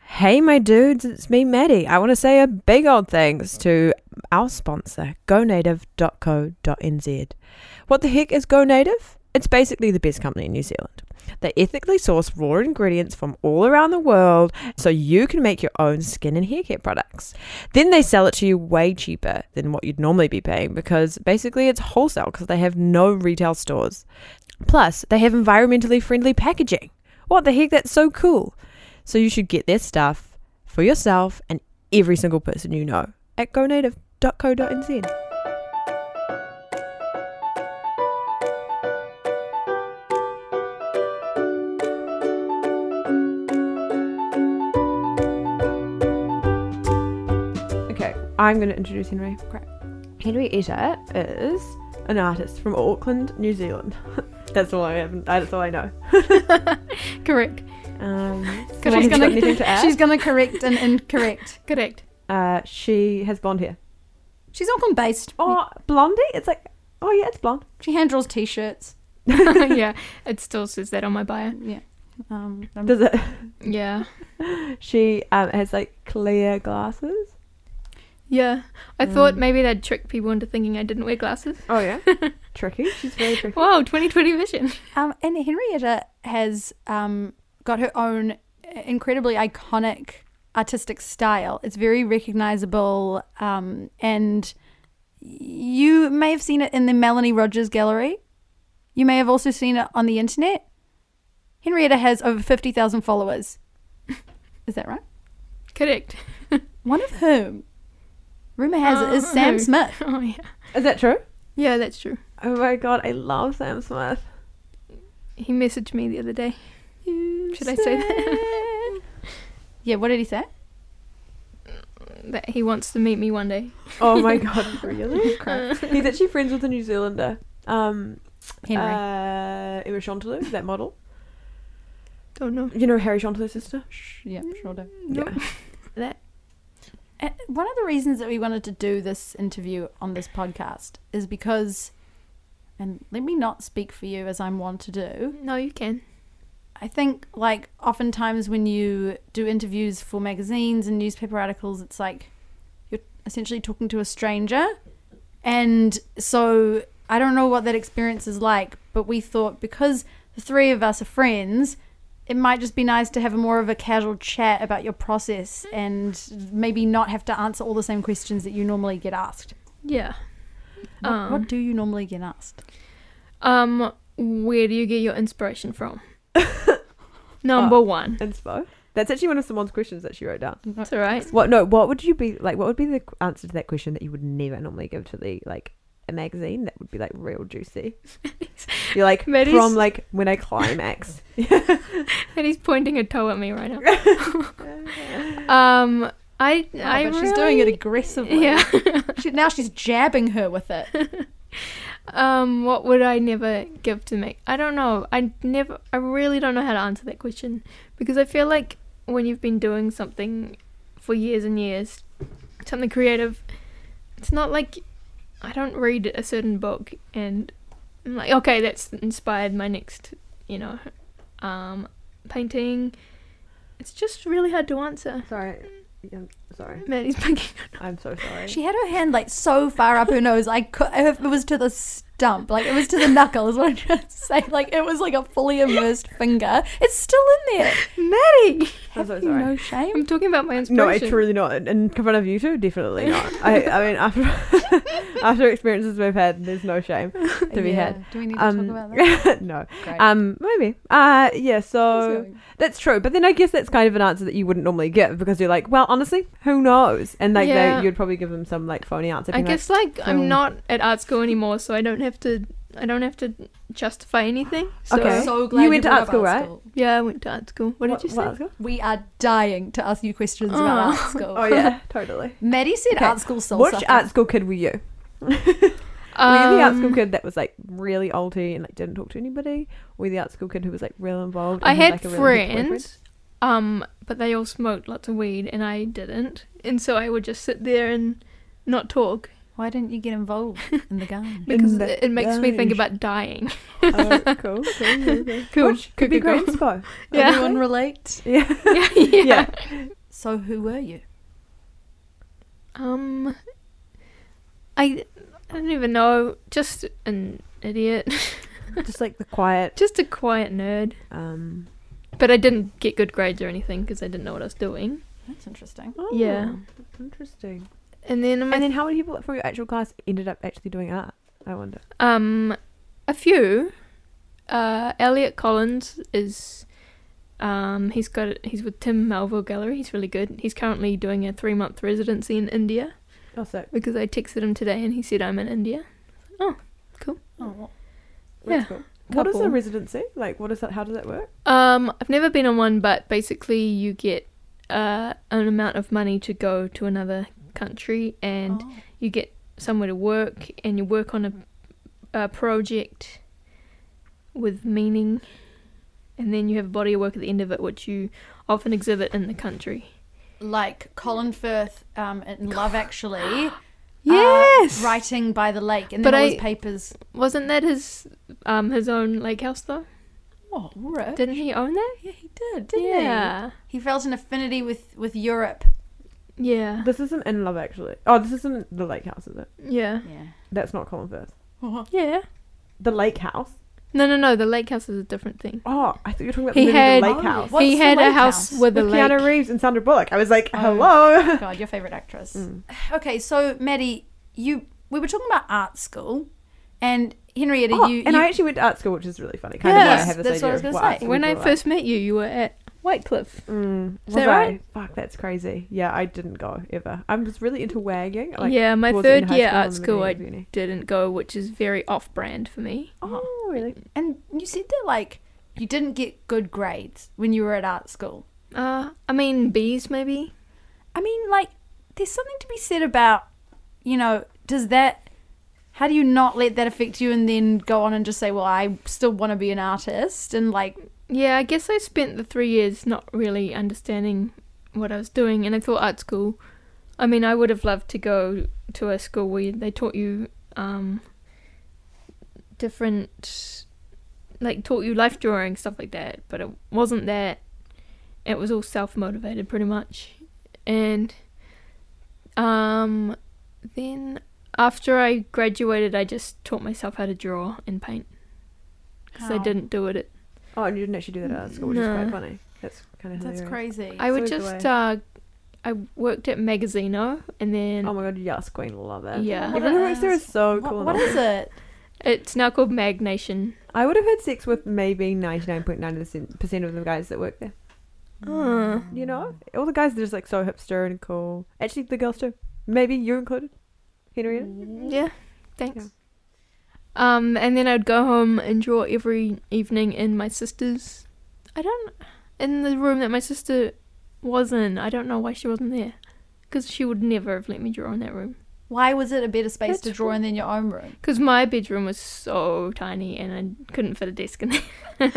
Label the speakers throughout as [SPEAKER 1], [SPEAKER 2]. [SPEAKER 1] Hey, my dudes, it's me, Maddie. I want to say a big old thanks to our sponsor, gonative.co.nz. What the heck is Go Native? It's basically the best company in New Zealand. They ethically source raw ingredients from all around the world so you can make your own skin and hair care products. Then they sell it to you way cheaper than what you'd normally be paying because basically it's wholesale because they have no retail stores. Plus, they have environmentally friendly packaging. What the heck? That's so cool. So you should get their stuff for yourself and every single person you know at gonative.co.nz. Okay, I'm going to introduce Henry. Crap. Henry Etter is an artist from Auckland, New Zealand. that's all I have. That's all I know.
[SPEAKER 2] Correct.
[SPEAKER 1] Um,
[SPEAKER 2] She's
[SPEAKER 1] she's
[SPEAKER 2] gonna-
[SPEAKER 1] anything to add?
[SPEAKER 2] She's going to correct and incorrect. Correct.
[SPEAKER 1] Uh, she has blonde hair.
[SPEAKER 2] She's Auckland based.
[SPEAKER 1] Oh, blondie? It's like, oh yeah, it's blonde.
[SPEAKER 2] She hand draws t shirts.
[SPEAKER 3] yeah, it still says that on my bio.
[SPEAKER 2] Yeah. Um, I'm-
[SPEAKER 1] Does it?
[SPEAKER 3] Yeah.
[SPEAKER 1] She um, has like clear glasses.
[SPEAKER 3] Yeah. I
[SPEAKER 2] Mm.
[SPEAKER 3] thought maybe they'd trick people into thinking I didn't wear glasses.
[SPEAKER 1] Oh yeah, tricky. She's very tricky.
[SPEAKER 3] Wow, 2020 vision.
[SPEAKER 2] um, and Henrietta has um, got her own uh, incredibly iconic artistic style. It's very recognizable. Um, and you may have seen it in the Melanie Rogers Gallery. You may have also seen it on the internet. Henrietta has over 50,000 followers. Is that right?
[SPEAKER 3] Correct.
[SPEAKER 2] One of whom, rumor has it, is Sam
[SPEAKER 3] Oh.
[SPEAKER 2] Smith.
[SPEAKER 3] Oh, yeah.
[SPEAKER 1] Is that true?
[SPEAKER 3] Yeah, that's true.
[SPEAKER 1] Oh my god, I love Sam Smith.
[SPEAKER 3] He messaged me the other day. Should I say that?
[SPEAKER 2] Yeah, what did he say?
[SPEAKER 3] that he wants to meet me one day.
[SPEAKER 1] Oh my god, really? Crap. He's actually friends with a New Zealander. Um,
[SPEAKER 2] Henry.
[SPEAKER 1] Uh, Emma Chanteloup, that model.
[SPEAKER 3] Don't know.
[SPEAKER 1] You know Harry Chanteloup's sister.
[SPEAKER 2] Sh- yeah, sure do.
[SPEAKER 3] No.
[SPEAKER 1] Yeah.
[SPEAKER 3] That.
[SPEAKER 2] Uh, One of the reasons that we wanted to do this interview on this podcast is because, and let me not speak for you as I'm wont to do.
[SPEAKER 3] No, you can.
[SPEAKER 2] I think, like, oftentimes when you do interviews for magazines and newspaper articles, it's like you're essentially talking to a stranger. And so I don't know what that experience is like, but we thought because the three of us are friends, it might just be nice to have a more of a casual chat about your process and maybe not have to answer all the same questions that you normally get asked.
[SPEAKER 3] Yeah.
[SPEAKER 2] What,
[SPEAKER 3] Um.
[SPEAKER 2] Oh, what do you normally get asked?
[SPEAKER 3] Um, where do you get your inspiration from? Number one.
[SPEAKER 1] Inspo. That's actually one of Simone's questions that she wrote down.
[SPEAKER 2] Oh,
[SPEAKER 3] That's all right.
[SPEAKER 1] What? No. What would you be like? What would be the qu- answer to that question that you would never normally give to the like a magazine? That would be like real juicy. You're like
[SPEAKER 3] Maddie's-
[SPEAKER 1] from like when I climax.
[SPEAKER 3] And he's pointing a toe at me right now. um, I, I
[SPEAKER 2] Oh, but she's doing it
[SPEAKER 3] really-
[SPEAKER 2] aggressively.
[SPEAKER 3] Yeah.
[SPEAKER 2] She, now she's jabbing her with it.
[SPEAKER 3] Um, what would I never give to me? I don't know. I never. I really don't know how to answer that question because I feel like when you've been doing something for years and years, something creative, it's not like I don't read a certain book and I'm like, okay, that's inspired my next, you know, um, painting. It's just really hard to answer.
[SPEAKER 1] Sorry. I'm sorry.
[SPEAKER 3] Maddie's picking.
[SPEAKER 1] I'm so sorry.
[SPEAKER 2] She had her hand like so far up her nose, I could, it was to the stump, like it was to the knuckle, is what I'm trying to say. Like it was like a fully immersed finger. It's still in there.
[SPEAKER 3] Maddie,
[SPEAKER 1] I'm
[SPEAKER 2] Have
[SPEAKER 1] so
[SPEAKER 2] you
[SPEAKER 1] sorry.
[SPEAKER 2] no shame?
[SPEAKER 3] I'm talking about my inspiration.
[SPEAKER 1] no, I truly not. In- In front of you two, definitely not. I, I mean, after after experiences we've had, there's no shame to be had.
[SPEAKER 2] Do we need
[SPEAKER 1] Um,
[SPEAKER 2] to talk about that?
[SPEAKER 1] no.
[SPEAKER 2] Great.
[SPEAKER 1] Um, maybe. Uh, yeah. So.
[SPEAKER 2] Let's go.
[SPEAKER 1] That's true, but then I guess that's kind of an answer that you wouldn't normally give because you're like, well, honestly, who knows? And like,
[SPEAKER 3] Yeah.
[SPEAKER 1] they, you'd probably give them some like phony answer.
[SPEAKER 3] I
[SPEAKER 1] being like,
[SPEAKER 3] guess like I'm
[SPEAKER 1] film.
[SPEAKER 3] not at art school anymore, so I don't have to. I don't have to justify anything. So,
[SPEAKER 1] Okay.
[SPEAKER 2] So glad
[SPEAKER 1] You went to
[SPEAKER 2] brought
[SPEAKER 1] art
[SPEAKER 2] up
[SPEAKER 1] school, right?
[SPEAKER 2] school.
[SPEAKER 3] Yeah, I went to art school. What, did you say?
[SPEAKER 2] We are dying to ask you questions about art school.
[SPEAKER 1] Oh yeah, totally.
[SPEAKER 2] Maddie said
[SPEAKER 1] Okay.
[SPEAKER 2] art school soul
[SPEAKER 1] Which
[SPEAKER 2] sucker.
[SPEAKER 1] art school kid were you? were you the art school
[SPEAKER 3] Um,
[SPEAKER 1] kid that was like really alty and like didn't talk to anybody? Were you the art school kid who was like real involved?
[SPEAKER 3] I
[SPEAKER 1] and
[SPEAKER 3] had
[SPEAKER 1] like, a really good boyfriend?
[SPEAKER 3] friends, um, but they all smoked lots of weed, and I didn't. And so I would just sit there and not talk
[SPEAKER 2] Why didn't you get involved in the game?
[SPEAKER 3] because
[SPEAKER 1] In the
[SPEAKER 3] it, it makes me think
[SPEAKER 1] garage.
[SPEAKER 3] about dying.
[SPEAKER 1] Oh, cool, cool, cool, cool.
[SPEAKER 3] Cool,
[SPEAKER 1] Which could be
[SPEAKER 3] cool,
[SPEAKER 1] great
[SPEAKER 3] cool.
[SPEAKER 1] inspo.
[SPEAKER 3] Yeah.
[SPEAKER 2] Everyone relate?
[SPEAKER 1] Yeah.
[SPEAKER 3] yeah, yeah.
[SPEAKER 1] Yeah.
[SPEAKER 2] So who were you?
[SPEAKER 3] Um, I, I don't even know. Just an idiot.
[SPEAKER 1] Just like the quiet.
[SPEAKER 3] just a quiet nerd.
[SPEAKER 1] Um,
[SPEAKER 3] But I didn't get good grades or anything because I didn't know what I was doing.
[SPEAKER 2] That's interesting.
[SPEAKER 1] oh,
[SPEAKER 3] Yeah.
[SPEAKER 1] that's interesting.
[SPEAKER 3] And then, in my
[SPEAKER 1] And then how many people from your actual class ended up actually doing art? I wonder.
[SPEAKER 3] Um, a few. Uh, Elliot Collins is, um, he's got he's with Tim Melville Gallery. He's really good. He's currently doing a three month residency in India
[SPEAKER 1] Also,
[SPEAKER 3] because I texted him today and he said I'm in India.
[SPEAKER 2] Oh, well,
[SPEAKER 3] Yeah,
[SPEAKER 1] cool. What is a
[SPEAKER 3] couple.
[SPEAKER 1] residency? Like, what is that? How does that work?
[SPEAKER 3] Um, I've never been on one, but basically you get uh, an amount of money to go to another country and
[SPEAKER 2] oh.
[SPEAKER 3] you get somewhere to work and you work on a, a project with meaning and then you have a body of work at the end of it which you often exhibit in the country
[SPEAKER 2] like Colin Firth um, in Love Actually. uh,
[SPEAKER 3] Yes!
[SPEAKER 2] writing by the lake, and then
[SPEAKER 3] But
[SPEAKER 2] all
[SPEAKER 3] I-
[SPEAKER 2] his papers.
[SPEAKER 3] wasn't that his um his own lake house though
[SPEAKER 2] Oh, right.
[SPEAKER 3] didn't he own that
[SPEAKER 2] yeah, he did, didn't
[SPEAKER 3] yeah
[SPEAKER 2] he? He felt an affinity with with Europe.
[SPEAKER 3] yeah
[SPEAKER 1] This isn't in love, actually. Oh, this isn't the lake house, is it?
[SPEAKER 3] yeah
[SPEAKER 2] Yeah.
[SPEAKER 1] That's not Colin Firth.
[SPEAKER 3] yeah
[SPEAKER 1] The lake house.
[SPEAKER 3] no no no the lake house is a different thing
[SPEAKER 1] Oh, I thought you were talking about the
[SPEAKER 3] He
[SPEAKER 1] movie
[SPEAKER 3] had-
[SPEAKER 1] The Lake
[SPEAKER 2] Oh,
[SPEAKER 1] House
[SPEAKER 2] What's
[SPEAKER 3] he
[SPEAKER 2] the
[SPEAKER 3] had a
[SPEAKER 2] lake
[SPEAKER 3] house,
[SPEAKER 2] house?
[SPEAKER 3] with a
[SPEAKER 1] with
[SPEAKER 3] lake
[SPEAKER 1] Keanu Reeves and Sandra Bullock. I was like,
[SPEAKER 2] Oh.
[SPEAKER 1] hello.
[SPEAKER 2] God, your favorite actress.
[SPEAKER 1] Mm.
[SPEAKER 2] Okay, so Maddie, you we were talking about art school, and Henrietta,
[SPEAKER 1] Oh,
[SPEAKER 2] you
[SPEAKER 1] and
[SPEAKER 2] you,
[SPEAKER 1] I actually went to art school, which is really funny. Kind of why I
[SPEAKER 2] Yes,
[SPEAKER 1] have this
[SPEAKER 2] that's what
[SPEAKER 1] idea
[SPEAKER 2] I was
[SPEAKER 1] of
[SPEAKER 2] gonna
[SPEAKER 1] art
[SPEAKER 2] say.
[SPEAKER 1] school
[SPEAKER 3] when i
[SPEAKER 1] grew up.
[SPEAKER 3] first met you you were at whitecliff
[SPEAKER 1] Mm,
[SPEAKER 3] Is
[SPEAKER 1] was
[SPEAKER 3] that right?
[SPEAKER 1] I? Fuck, that's crazy. Yeah, I didn't go ever. I was really into wagging. Like,
[SPEAKER 3] yeah my
[SPEAKER 1] towards the end of
[SPEAKER 3] third
[SPEAKER 1] high
[SPEAKER 3] year
[SPEAKER 1] school
[SPEAKER 3] art
[SPEAKER 1] and the
[SPEAKER 3] school i
[SPEAKER 1] beginning of uni.
[SPEAKER 3] didn't go which is very off brand for me
[SPEAKER 1] Oh, really?
[SPEAKER 2] and you said that like you didn't get good grades when you were at art school.
[SPEAKER 3] Uh, I mean bees maybe.
[SPEAKER 2] I mean, like, there's something to be said about, you know, does that, how do you not let that affect you and then go on and just say, well, I still want to be an artist and like,
[SPEAKER 3] Yeah, I guess I spent the three years not really understanding what I was doing, and I thought art school. I mean, I would have loved to go to a school where they taught you um, different, like taught you life drawing stuff like that. But it wasn't that. It was all self motivated, pretty much, and um, then after I graduated, I just taught myself how to draw and paint because I
[SPEAKER 2] How?
[SPEAKER 3] didn't do it at
[SPEAKER 1] Oh, and you didn't actually do that at art school, which is quite
[SPEAKER 3] No.
[SPEAKER 1] funny. That's kind of
[SPEAKER 2] that's crazy.
[SPEAKER 3] I would
[SPEAKER 1] So do
[SPEAKER 3] just uh, I worked at Magazino and then
[SPEAKER 1] Oh my god, yes, Queen, love it.
[SPEAKER 3] Yeah.
[SPEAKER 1] Everyone who works there is
[SPEAKER 3] "Oh,
[SPEAKER 1] so
[SPEAKER 2] What-
[SPEAKER 1] cool.
[SPEAKER 2] what is it?
[SPEAKER 3] it's now called Magnation.
[SPEAKER 1] I would have had sex with maybe 99.9% of the guys that work there.
[SPEAKER 3] Uh,
[SPEAKER 1] You know? All the guys are just like so hipster and cool. Actually, the girls too. Maybe you included, Henrietta.
[SPEAKER 3] yeah, thanks. Um, and then I'd go home and draw every evening in my sister's. I don't in the room that my sister was in. I don't know why she wasn't there, because she would never have let me draw in that room.
[SPEAKER 2] Why was it a better space to
[SPEAKER 3] That's
[SPEAKER 2] draw in than your own room?
[SPEAKER 3] Because my bedroom was so tiny and I couldn't fit a desk in there.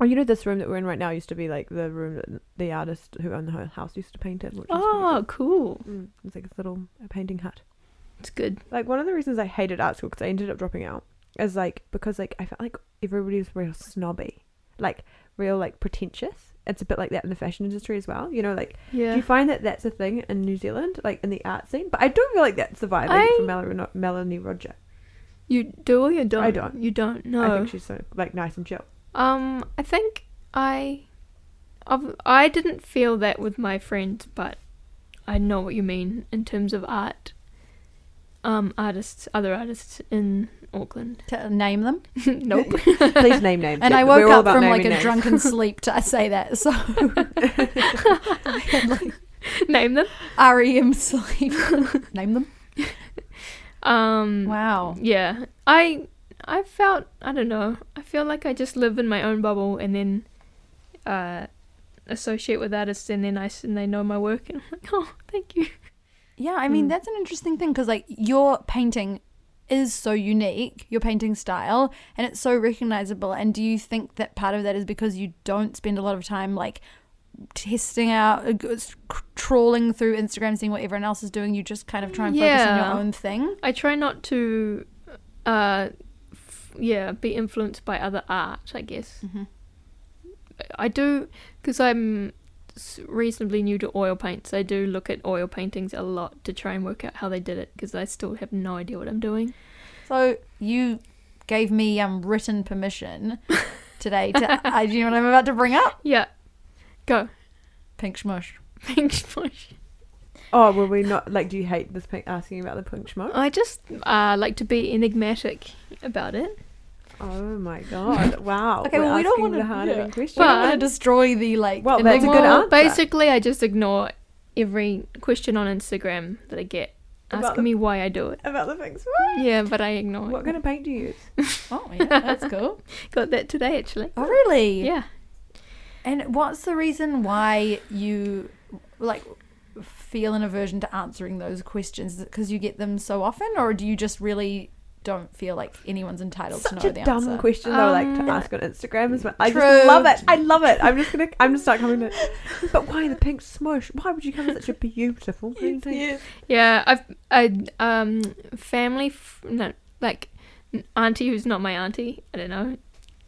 [SPEAKER 1] Oh, you know, this room that we're in right now used to be like the room that the artist who owned the ho- house used to paint in. Which was pretty
[SPEAKER 3] Oh, cool.
[SPEAKER 1] cool. Mm, it's like a little a painting hut.
[SPEAKER 3] It's good.
[SPEAKER 1] like one of the reasons I hated art school because I ended up dropping out is like because like I felt like everybody was real snobby, like real like pretentious. It's a bit like that in the fashion industry as well. You know, like do
[SPEAKER 3] Yeah.
[SPEAKER 1] you find that that's a thing in New Zealand, like in the art scene? But I do feel like that's the vibe I get from Melanie, Melanie Roger.
[SPEAKER 3] You do or you don't?
[SPEAKER 1] I don't.
[SPEAKER 3] You don't. No.
[SPEAKER 2] Oh.
[SPEAKER 1] I think she's so like nice and chill.
[SPEAKER 3] Um, I think I, I've, I didn't feel that with my friends, but I know what you mean in terms of art. Um, artists, other artists in Auckland.
[SPEAKER 2] To name them.
[SPEAKER 3] nope.
[SPEAKER 1] Please name names.
[SPEAKER 2] And
[SPEAKER 1] Yeah,
[SPEAKER 2] I
[SPEAKER 1] we're all
[SPEAKER 2] woke up
[SPEAKER 1] about
[SPEAKER 2] from
[SPEAKER 1] naming
[SPEAKER 2] like a
[SPEAKER 1] names.
[SPEAKER 2] drunken sleep to say that. So
[SPEAKER 3] Name them.
[SPEAKER 2] REM E sleep. name them.
[SPEAKER 3] Um,
[SPEAKER 2] Wow.
[SPEAKER 3] yeah. I, I felt. I don't know. I feel like I just live in my own bubble, and then, uh, associate with artists, and then I s- and they know my work, and I'm like, oh, thank you.
[SPEAKER 2] Yeah, I mean
[SPEAKER 1] Mm.
[SPEAKER 2] that's an interesting thing because like your painting is so unique, your painting style, and it's so recognizable. And do you think that part of that is because you don't spend a lot of time like testing out, uh, g- s- c- trawling through Instagram, seeing what everyone else is doing? You just kind of try and focus on
[SPEAKER 3] Yeah.
[SPEAKER 2] your own thing.
[SPEAKER 3] I try not to, uh, f- yeah, be Mm. influenced by other art. I guess I do because I'm s- reasonably new to oil paints. I do look at oil paintings a lot to try and work out how they did it because I still have no idea what I'm doing.
[SPEAKER 2] So you gave me um written permission today to I do you know what I'm about to bring up?
[SPEAKER 3] Yeah. Go.
[SPEAKER 2] Pink Schmush.
[SPEAKER 3] Pink smush.
[SPEAKER 1] Oh, were we not like? Do you hate this pink asking about the pink schmuck?
[SPEAKER 3] I just uh, like to be enigmatic about it.
[SPEAKER 1] Oh my god! Wow.
[SPEAKER 2] Okay,
[SPEAKER 1] we're
[SPEAKER 2] well, we don't
[SPEAKER 1] asking
[SPEAKER 2] wanna-
[SPEAKER 1] the hard
[SPEAKER 2] yeah.
[SPEAKER 1] question.
[SPEAKER 2] We don't want to
[SPEAKER 3] But-
[SPEAKER 2] destroy the like
[SPEAKER 1] Well,
[SPEAKER 2] the
[SPEAKER 1] Oh, that's a good
[SPEAKER 2] enigma.
[SPEAKER 1] answer.
[SPEAKER 3] Basically, I just ignore every question on Instagram that I get
[SPEAKER 1] About
[SPEAKER 3] asking
[SPEAKER 1] the-
[SPEAKER 3] me why I do it.
[SPEAKER 1] about the pink schmuck.
[SPEAKER 3] Yeah, but I ignore
[SPEAKER 1] What
[SPEAKER 3] it.
[SPEAKER 1] kind of paint do you use?
[SPEAKER 2] Oh yeah, that's cool.
[SPEAKER 3] Got that today, actually.
[SPEAKER 2] Oh really?
[SPEAKER 3] Yeah.
[SPEAKER 2] And what's the reason why you like feel an aversion to answering those questions? Because you get them so often, or do you just really don't feel like anyone's entitled
[SPEAKER 1] Such
[SPEAKER 2] to know
[SPEAKER 1] a
[SPEAKER 2] the
[SPEAKER 1] dumb
[SPEAKER 2] answer?
[SPEAKER 1] question though, like
[SPEAKER 3] Um,
[SPEAKER 1] to ask on Instagram as well. I
[SPEAKER 2] True.
[SPEAKER 1] just love it. I love it. I'm just gonna. I'm just not coming to. But why the pink smush? Why would you come with such a beautiful painting?
[SPEAKER 3] Yeah, I've I um family f- no like n- auntie who's not my auntie. I don't know.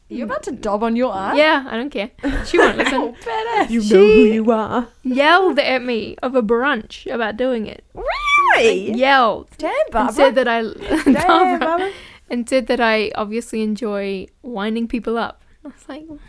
[SPEAKER 2] You're about to dob on your aunt.
[SPEAKER 3] Yeah, I don't care. She won't listen.
[SPEAKER 2] badass.
[SPEAKER 1] You know who you are.
[SPEAKER 3] yelled at me of a brunch about doing it.
[SPEAKER 1] Really?
[SPEAKER 3] Yelled
[SPEAKER 2] Damn,
[SPEAKER 3] and said
[SPEAKER 2] Eh? Barbara.
[SPEAKER 3] that I
[SPEAKER 1] Damn,
[SPEAKER 3] Barbara.
[SPEAKER 1] Barbara.
[SPEAKER 3] and said that I obviously enjoy winding people up. I was like, what?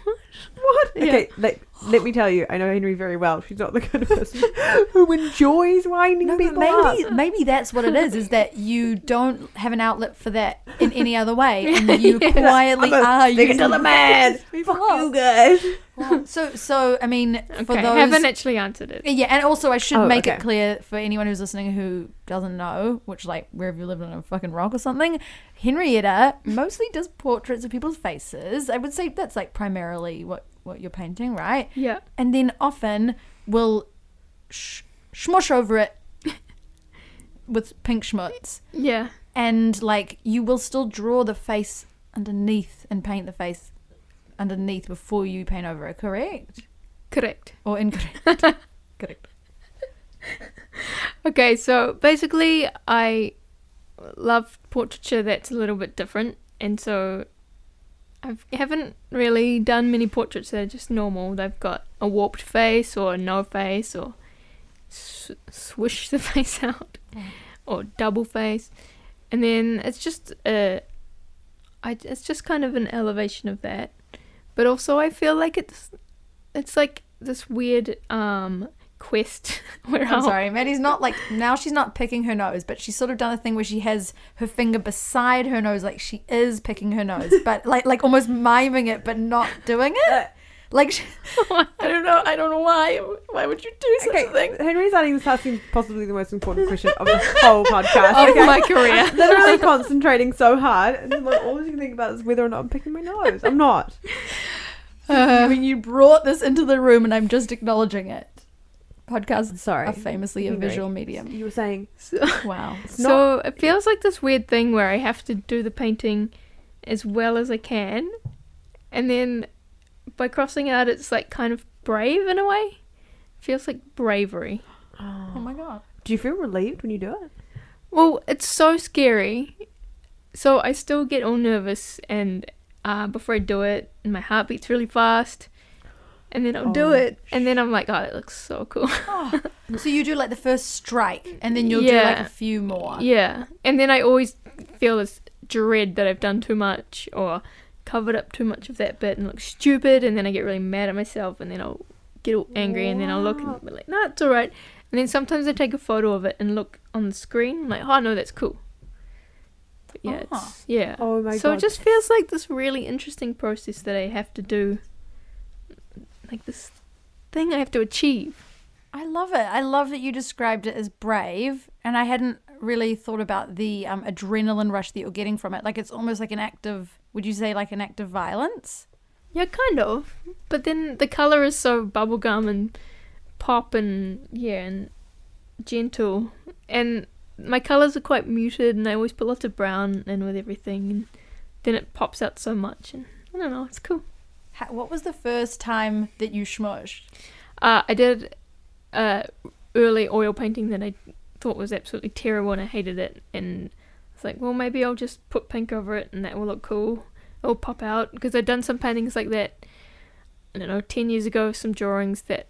[SPEAKER 1] What?
[SPEAKER 3] Yeah.
[SPEAKER 1] Okay, let, let me tell you. I know Henry very well. She's not the kind of person who enjoys winding
[SPEAKER 2] No, but
[SPEAKER 1] people up.
[SPEAKER 2] maybe maybe that's what it is. Is that you don't have an outlet for that in any other way, and you quietly
[SPEAKER 1] I'm
[SPEAKER 2] "Ah,
[SPEAKER 1] a
[SPEAKER 2] are
[SPEAKER 1] stick it to
[SPEAKER 2] using-
[SPEAKER 1] the man. Fuck you guys.
[SPEAKER 2] Wow. So so I mean, for
[SPEAKER 3] Okay,
[SPEAKER 2] those Eh.
[SPEAKER 3] haven't actually answered it.
[SPEAKER 2] Yeah, and also I should
[SPEAKER 1] Oh,
[SPEAKER 2] make it
[SPEAKER 1] okay.
[SPEAKER 2] clear for anyone who's listening who doesn't know, which like where have you lived on a fucking rock or something? Henrietta mostly does portraits of people's faces. I would say that's like primarily what what you're painting, right?
[SPEAKER 3] Yeah.
[SPEAKER 2] And then often will sh- smush over it with pink schmutz,
[SPEAKER 3] Yeah.
[SPEAKER 2] and like you will still draw the face underneath and paint the face underneath before you paint over it, correct
[SPEAKER 3] Correct.
[SPEAKER 2] or incorrect? correct.
[SPEAKER 3] Okay, so basically, I love portraiture that's a little bit different, and so I haven't really done many portraits that are just normal. They've got a warped face or no face or s- swish the face out
[SPEAKER 2] Mm.
[SPEAKER 3] or double face, and then it's just a, I, it's just kind of an elevation of that, but also I feel like it's it's like this weird um quest where
[SPEAKER 2] I'm
[SPEAKER 3] I'll-
[SPEAKER 2] sorry, Maddie's not like now she's not picking her nose, but she's sort of done a thing where she has her finger beside her nose, like she is picking her nose, but like like almost miming it, but not doing it. Like she, I don't know, I don't know why. Why would you do such a
[SPEAKER 1] Okay,
[SPEAKER 2] thing?
[SPEAKER 1] Henry's asking asking possibly the most important question of this whole podcast.
[SPEAKER 3] of
[SPEAKER 1] Okay?
[SPEAKER 3] my career.
[SPEAKER 1] Literally concentrating so hard, and like, all you can think about is whether or not I'm picking my nose. I'm not.
[SPEAKER 2] I mean, you brought this into the room, and I'm just acknowledging it. Podcasts
[SPEAKER 1] Sorry.
[SPEAKER 2] are famously a
[SPEAKER 1] Henry.
[SPEAKER 2] visual medium.
[SPEAKER 1] You were saying
[SPEAKER 2] Wow.
[SPEAKER 1] it's not.
[SPEAKER 3] so it feels like this weird thing where I have to do the painting as well as I can, and then by crossing out, it's like kind of brave in a way. Feels like bravery.
[SPEAKER 2] Oh my god.
[SPEAKER 1] Do you feel relieved when you do it?
[SPEAKER 3] Well, it's so scary, so I still get all nervous, and uh, before I do it, and my heart beats really fast. And then I'll
[SPEAKER 1] Oh,
[SPEAKER 3] do it, and then I'm like, oh, it looks so cool.
[SPEAKER 2] Oh. So you do like the first strike, and then you'll do like
[SPEAKER 3] Yeah.
[SPEAKER 2] a few more.
[SPEAKER 3] Yeah. And then I always feel this dread that I've done too much or covered up too much of that bit and look stupid and then I get really mad at myself and then I'll get all angry and then I'll look
[SPEAKER 1] Wow.
[SPEAKER 3] and be like, no, it's alright. And then sometimes I take a photo of it and look on the screen like, oh no, that's cool. But yeah,
[SPEAKER 2] Ah.
[SPEAKER 3] it's yeah.
[SPEAKER 1] Oh my
[SPEAKER 3] so
[SPEAKER 1] god.
[SPEAKER 3] it just feels like this really interesting process that I have to do like this thing I have to achieve.
[SPEAKER 2] I love it. I love that you described it as brave, and I hadn't really thought about the um, adrenaline rush that you're getting from it. Like it's almost like an act of, would you say, like an act of violence?
[SPEAKER 3] Yeah, kind of. But then the color is so bubblegum and pop and yeah, and gentle. And my colors are quite muted, and I always put lots of brown in with everything, and then it pops out so much. And I don't know, it's cool.
[SPEAKER 2] Ha what was the first time that you smushed?
[SPEAKER 3] Uh, I did uh, early oil painting that I thought was absolutely terrible, and I hated it. And it's like, well, maybe I'll just put pink over it, and that will look cool. It'll pop out because I'd done some paintings like that. I don't know, ten years ago, some drawings that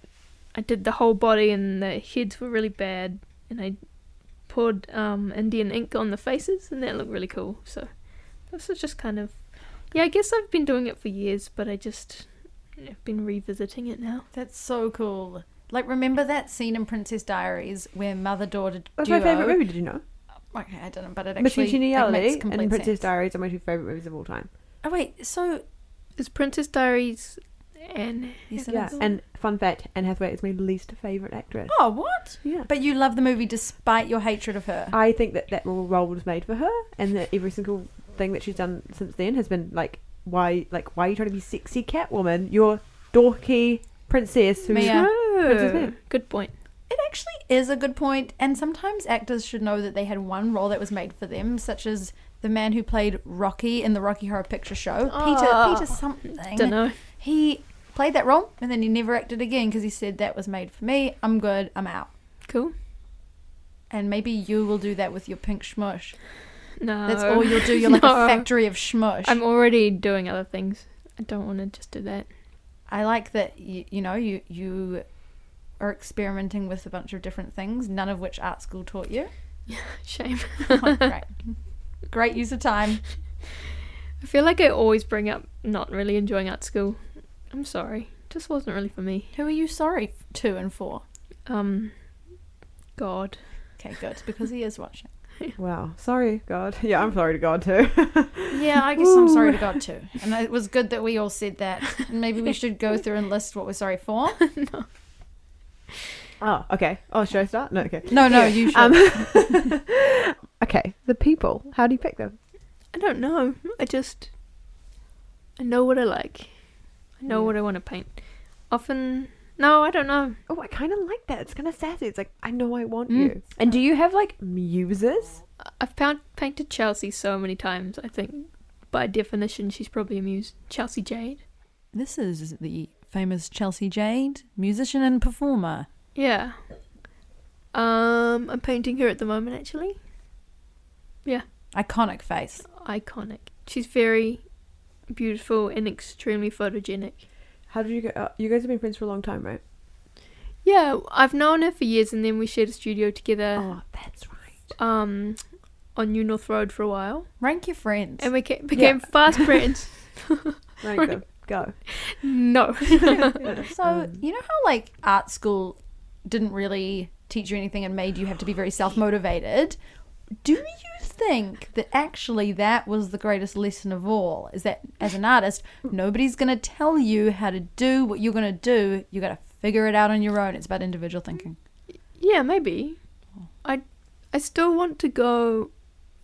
[SPEAKER 3] I did the whole body, and the heads were really bad. And I poured um, Indian ink on the faces, and that looked really cool. So this is just kind of, yeah. I guess I've been doing it for years, but I just I've been revisiting it now.
[SPEAKER 2] That's so cool. Like, remember that scene in Princess Diaries where mother daughter
[SPEAKER 1] That's
[SPEAKER 2] duo?
[SPEAKER 1] my favourite movie, did you know?
[SPEAKER 2] Okay, I didn't, but it
[SPEAKER 1] Miss
[SPEAKER 2] actually it
[SPEAKER 1] Congeniality
[SPEAKER 2] makes
[SPEAKER 1] and
[SPEAKER 2] complete
[SPEAKER 1] Princess
[SPEAKER 2] sense.
[SPEAKER 1] Diaries are my two favourite movies of all time.
[SPEAKER 2] Oh wait, so
[SPEAKER 3] Is Princess Diaries and
[SPEAKER 2] Yes, it
[SPEAKER 1] yeah,
[SPEAKER 2] is.
[SPEAKER 1] and fun fact, Anne Hathaway is my least favourite actress.
[SPEAKER 2] oh what?
[SPEAKER 1] Yeah.
[SPEAKER 2] But you love the movie despite your hatred of her.
[SPEAKER 1] I think that that role was made for her, and that every single thing that she's done since then has been like, why, like, why are you trying to be sexy Catwoman? You're dorky princess who's
[SPEAKER 2] Mia.
[SPEAKER 1] Princess Mia.
[SPEAKER 3] Good point.
[SPEAKER 2] It actually is a good point, and sometimes actors should know that they had one role that was made for them, such as the man who played Rocky in the Rocky Horror Picture Show,
[SPEAKER 3] Oh.
[SPEAKER 2] Peter Peter something.
[SPEAKER 3] Don't know.
[SPEAKER 2] He played that role, and then he never acted again because he said that was made for me. I'm good. I'm out.
[SPEAKER 3] Cool.
[SPEAKER 2] And maybe you will do that with your pink schmush.
[SPEAKER 3] No.
[SPEAKER 2] That's all you'll do. You're like
[SPEAKER 3] No.
[SPEAKER 2] a factory of schmush.
[SPEAKER 3] I'm already doing other things. I don't want to just do that.
[SPEAKER 2] I like that you, you know you you are experimenting with a bunch of different things, none of which art school taught you.
[SPEAKER 3] Shame.
[SPEAKER 2] great, great use of time.
[SPEAKER 3] I feel like I always bring up not really enjoying art school. I'm sorry. Just wasn't really for me.
[SPEAKER 2] Who are you sorry f- to and for?
[SPEAKER 3] Um, God.
[SPEAKER 2] Okay, good because he is watching.
[SPEAKER 1] Wow, sorry, God. Yeah, I'm sorry to God too.
[SPEAKER 2] Yeah, I guess I'm sorry to God too. And it was good that we all said that. And maybe we should go through and list what we're sorry for.
[SPEAKER 1] oh, okay. Oh, should I start? No, okay.
[SPEAKER 2] No, no, you should.
[SPEAKER 1] Um, okay, the people. How do you pick them?
[SPEAKER 3] I don't know. I just. I know what I like. I know
[SPEAKER 1] Yeah.
[SPEAKER 3] what I want to paint. Often. No, I don't know.
[SPEAKER 1] Oh, I kind of like that. It's kind of sassy. It's like I know I want
[SPEAKER 2] Mm.
[SPEAKER 1] you. And do you have like muses?
[SPEAKER 3] I- I've pound- painted Chelsea so many times. I think, by definition, she's probably a muse. Chelsea Jade.
[SPEAKER 2] this is the famous Chelsea Jade, musician and performer.
[SPEAKER 3] Yeah. Um, I'm painting her at the moment actually.
[SPEAKER 2] Iconic face.
[SPEAKER 3] Iconic. She's very beautiful and extremely photogenic.
[SPEAKER 1] How did you go? Uh, you guys have been friends for a long time, right?
[SPEAKER 3] Yeah, I've known her for years and then we shared a studio together
[SPEAKER 1] Oh, that's right.
[SPEAKER 3] um on New North Road for a while
[SPEAKER 2] Rank your friends.
[SPEAKER 3] and we ca- became fast friends.
[SPEAKER 1] Right,
[SPEAKER 3] Right.
[SPEAKER 1] Go. go.
[SPEAKER 3] no.
[SPEAKER 2] So you know how like art school didn't really teach you anything and made you have to be very self motivated. Do you think that actually that was the greatest lesson of all? Is that as an artist, nobody's going to tell you how to do what you're going to do. You got to figure it out on your own. It's about individual thinking.
[SPEAKER 3] Yeah, maybe. I I still want to go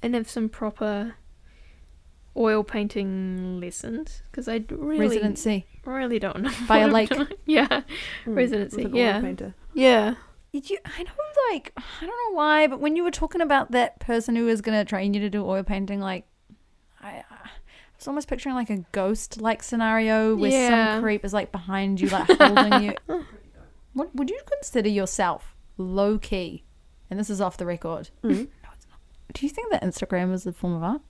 [SPEAKER 3] and have some proper oil painting lessons because I really
[SPEAKER 2] Residency.
[SPEAKER 3] really don't know
[SPEAKER 2] By a
[SPEAKER 3] what I'm
[SPEAKER 2] lake.
[SPEAKER 3] doing. Yeah, residency,
[SPEAKER 1] With an oil
[SPEAKER 3] yeah.
[SPEAKER 1] painter.
[SPEAKER 3] yeah.
[SPEAKER 2] Did you, I know, like, I don't know why, but when you were talking about that person who was going to train you to do oil painting, like, I, I was almost picturing like a ghost like scenario where
[SPEAKER 3] Yeah.
[SPEAKER 2] some creep is like behind you, like holding you. What would you consider yourself low key? And this is off the record.
[SPEAKER 1] Mm.
[SPEAKER 2] Do you think that Instagram is a form of art?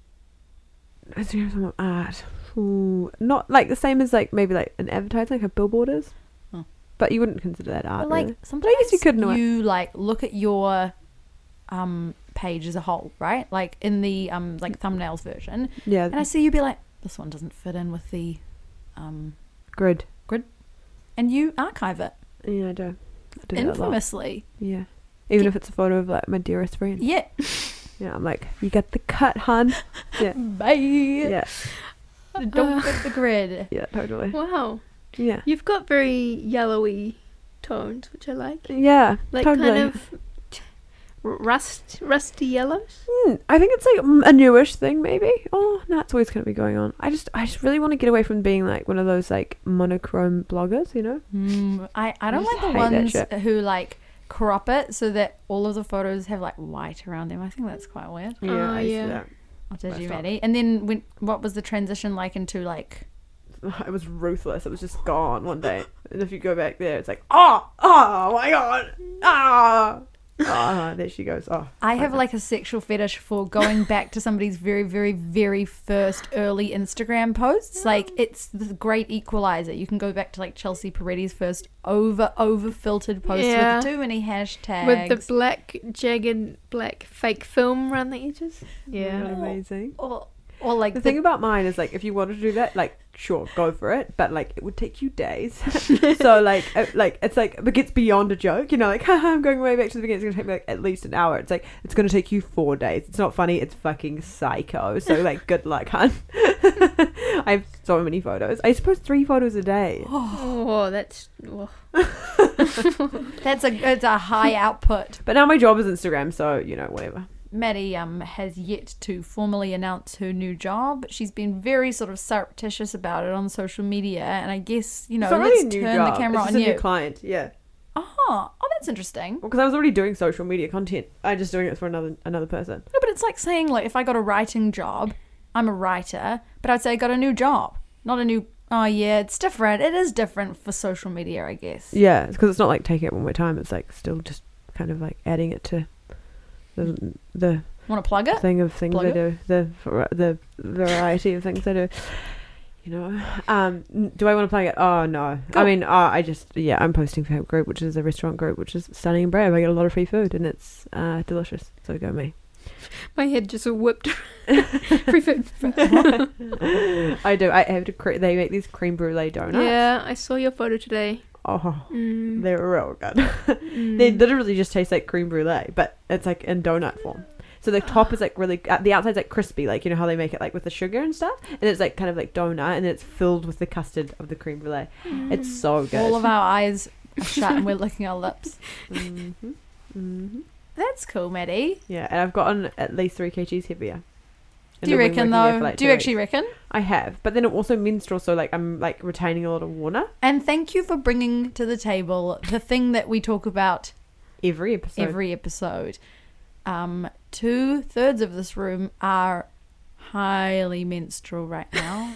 [SPEAKER 1] Instagram some art. Ooh, not like the same as like maybe like an advertising, like a billboard is.
[SPEAKER 2] Oh.
[SPEAKER 1] But you wouldn't consider that art.
[SPEAKER 2] But like
[SPEAKER 1] really.
[SPEAKER 2] sometimes
[SPEAKER 1] you could know it.
[SPEAKER 2] you like look at your um page as a whole, right? Like in the um like thumbnails version,
[SPEAKER 1] Yeah,
[SPEAKER 2] and I see you be like, this one doesn't fit in with the, um,
[SPEAKER 1] grid.
[SPEAKER 2] and you archive it
[SPEAKER 1] Yeah, I do. I do that a lot.
[SPEAKER 2] infamously.
[SPEAKER 1] Yeah. Even
[SPEAKER 2] Get-
[SPEAKER 1] if it's a photo of like my dearest friend.
[SPEAKER 2] Yeah,
[SPEAKER 1] Yeah, I'm like, you got the cut, hun.
[SPEAKER 2] bye.
[SPEAKER 1] Yeah,
[SPEAKER 2] Don't fit the grid.
[SPEAKER 1] yeah, totally.
[SPEAKER 3] Wow,
[SPEAKER 1] Yeah.
[SPEAKER 3] you've got very yellowy tones, which I like.
[SPEAKER 1] Yeah,
[SPEAKER 3] Like
[SPEAKER 1] totally.
[SPEAKER 3] kind of r- rust, rusty yellows.
[SPEAKER 1] Hmm, I think it's like mm, a newish thing, maybe. Oh, no, it's always going to be going on. I just, I just really want to get away from being like one of those like monochrome bloggers, you know?
[SPEAKER 2] Mm, I I don't
[SPEAKER 1] just
[SPEAKER 2] like the
[SPEAKER 1] hate that
[SPEAKER 2] ones
[SPEAKER 1] shit.
[SPEAKER 2] who like crop it so that all of the photos have like white around them. I think that's quite weird.
[SPEAKER 3] Yeah, I see
[SPEAKER 2] Oh, did
[SPEAKER 1] Well,
[SPEAKER 2] you
[SPEAKER 1] stop.
[SPEAKER 2] ready? And then when what was the transition like into like?
[SPEAKER 1] It was ruthless. It was just ah, gone one day. And if you go back there, it's like, oh, oh my god, ah. Ah, there she goes. Oh,
[SPEAKER 2] I have like a sexual fetish for going back to somebody's very, very, very first early Instagram posts. Like it's the great equalizer. You can go back to like Chelsea Peretti's first over over filtered posts
[SPEAKER 3] Yeah.
[SPEAKER 2] with too many hashtags.
[SPEAKER 3] With the black, jagged, black fake film around the edges. Yeah.
[SPEAKER 2] Really?
[SPEAKER 1] amazing.
[SPEAKER 2] or, or like
[SPEAKER 1] The thing about mine is like, if you wanted to do that, like, sure, go for it, but like, it would take you days. so like, it, like it's like it gets beyond a joke. You know, like, haha, I'm going way back to the beginning. It's gonna take me like at least an hour. It's like it's gonna take you four days. It's not funny. It's fucking psycho. So like, good luck, hun. I have so many photos. I suppose three photos a day.
[SPEAKER 3] Oh, that's. Oh.
[SPEAKER 2] that's a it's a high output.
[SPEAKER 1] But now my job is Instagram, so you know, whatever.
[SPEAKER 2] Maddie um, has yet to formally announce her new job. She's been very sort of surreptitious about it on social media, and I guess you know
[SPEAKER 1] it's not
[SPEAKER 2] let's
[SPEAKER 1] really a new
[SPEAKER 2] turn
[SPEAKER 1] job.
[SPEAKER 2] the camera
[SPEAKER 1] it's just
[SPEAKER 2] on
[SPEAKER 1] a new
[SPEAKER 2] you.
[SPEAKER 1] client. Yeah.
[SPEAKER 2] oh, oh, that's interesting.
[SPEAKER 1] Well, because I was already doing social media content. I just doing it for another another person.
[SPEAKER 2] No, but it's like saying like if I got a writing job, I'm a writer, but I'd say I got a new job, not a new. Oh yeah, it's different. It is different for social media, I guess.
[SPEAKER 1] Yeah, because it's not like taking it one more time. It's like still just kind of like adding it to the the
[SPEAKER 2] Want to plug it?
[SPEAKER 1] thing of things
[SPEAKER 2] Plug
[SPEAKER 1] I
[SPEAKER 2] it?
[SPEAKER 1] do, the var- the variety of things I do. You know, um, n- do I want to plug it? Oh no, I
[SPEAKER 2] Cool.
[SPEAKER 1] mean, uh, I just yeah, I'm posting for Help Group, which is a restaurant group, which is stunning and brave. I get a lot of free food, and it's uh, delicious. So go me.
[SPEAKER 3] My head just whipped. Free food.
[SPEAKER 1] I do. I have to. Cre- they make these cream brulee donuts.
[SPEAKER 3] Yeah, I saw your photo today.
[SPEAKER 1] Oh,
[SPEAKER 3] Mm,
[SPEAKER 1] they're real good.
[SPEAKER 3] mm.
[SPEAKER 1] They literally just taste like cream brulee, but it's like in donut form. So the top is like really, uh, the outside's like crispy, like you know how they make it like with the sugar and stuff, and it's like kind of like donut, and it's filled with the custard of the cream brulee.
[SPEAKER 3] Mm.
[SPEAKER 1] It's so good.
[SPEAKER 2] Mm. All of our eyes are shut and we're licking our lips.
[SPEAKER 1] hmm hmm
[SPEAKER 2] That's cool, Maddie.
[SPEAKER 1] Yeah, and I've gotten at least three kgs heavier. And
[SPEAKER 2] Do you
[SPEAKER 1] I've been working
[SPEAKER 2] reckon
[SPEAKER 1] there
[SPEAKER 2] though?
[SPEAKER 1] for, like,
[SPEAKER 2] Do you
[SPEAKER 1] two
[SPEAKER 2] actually
[SPEAKER 1] weeks.
[SPEAKER 2] reckon?
[SPEAKER 1] I have, but then also minstrel, so like I'm like retaining a lot of water
[SPEAKER 2] And thank you for bringing to the table the thing that we talk about
[SPEAKER 1] every episode.
[SPEAKER 2] every episode. Um, two thirds of this room are highly menstrual right now.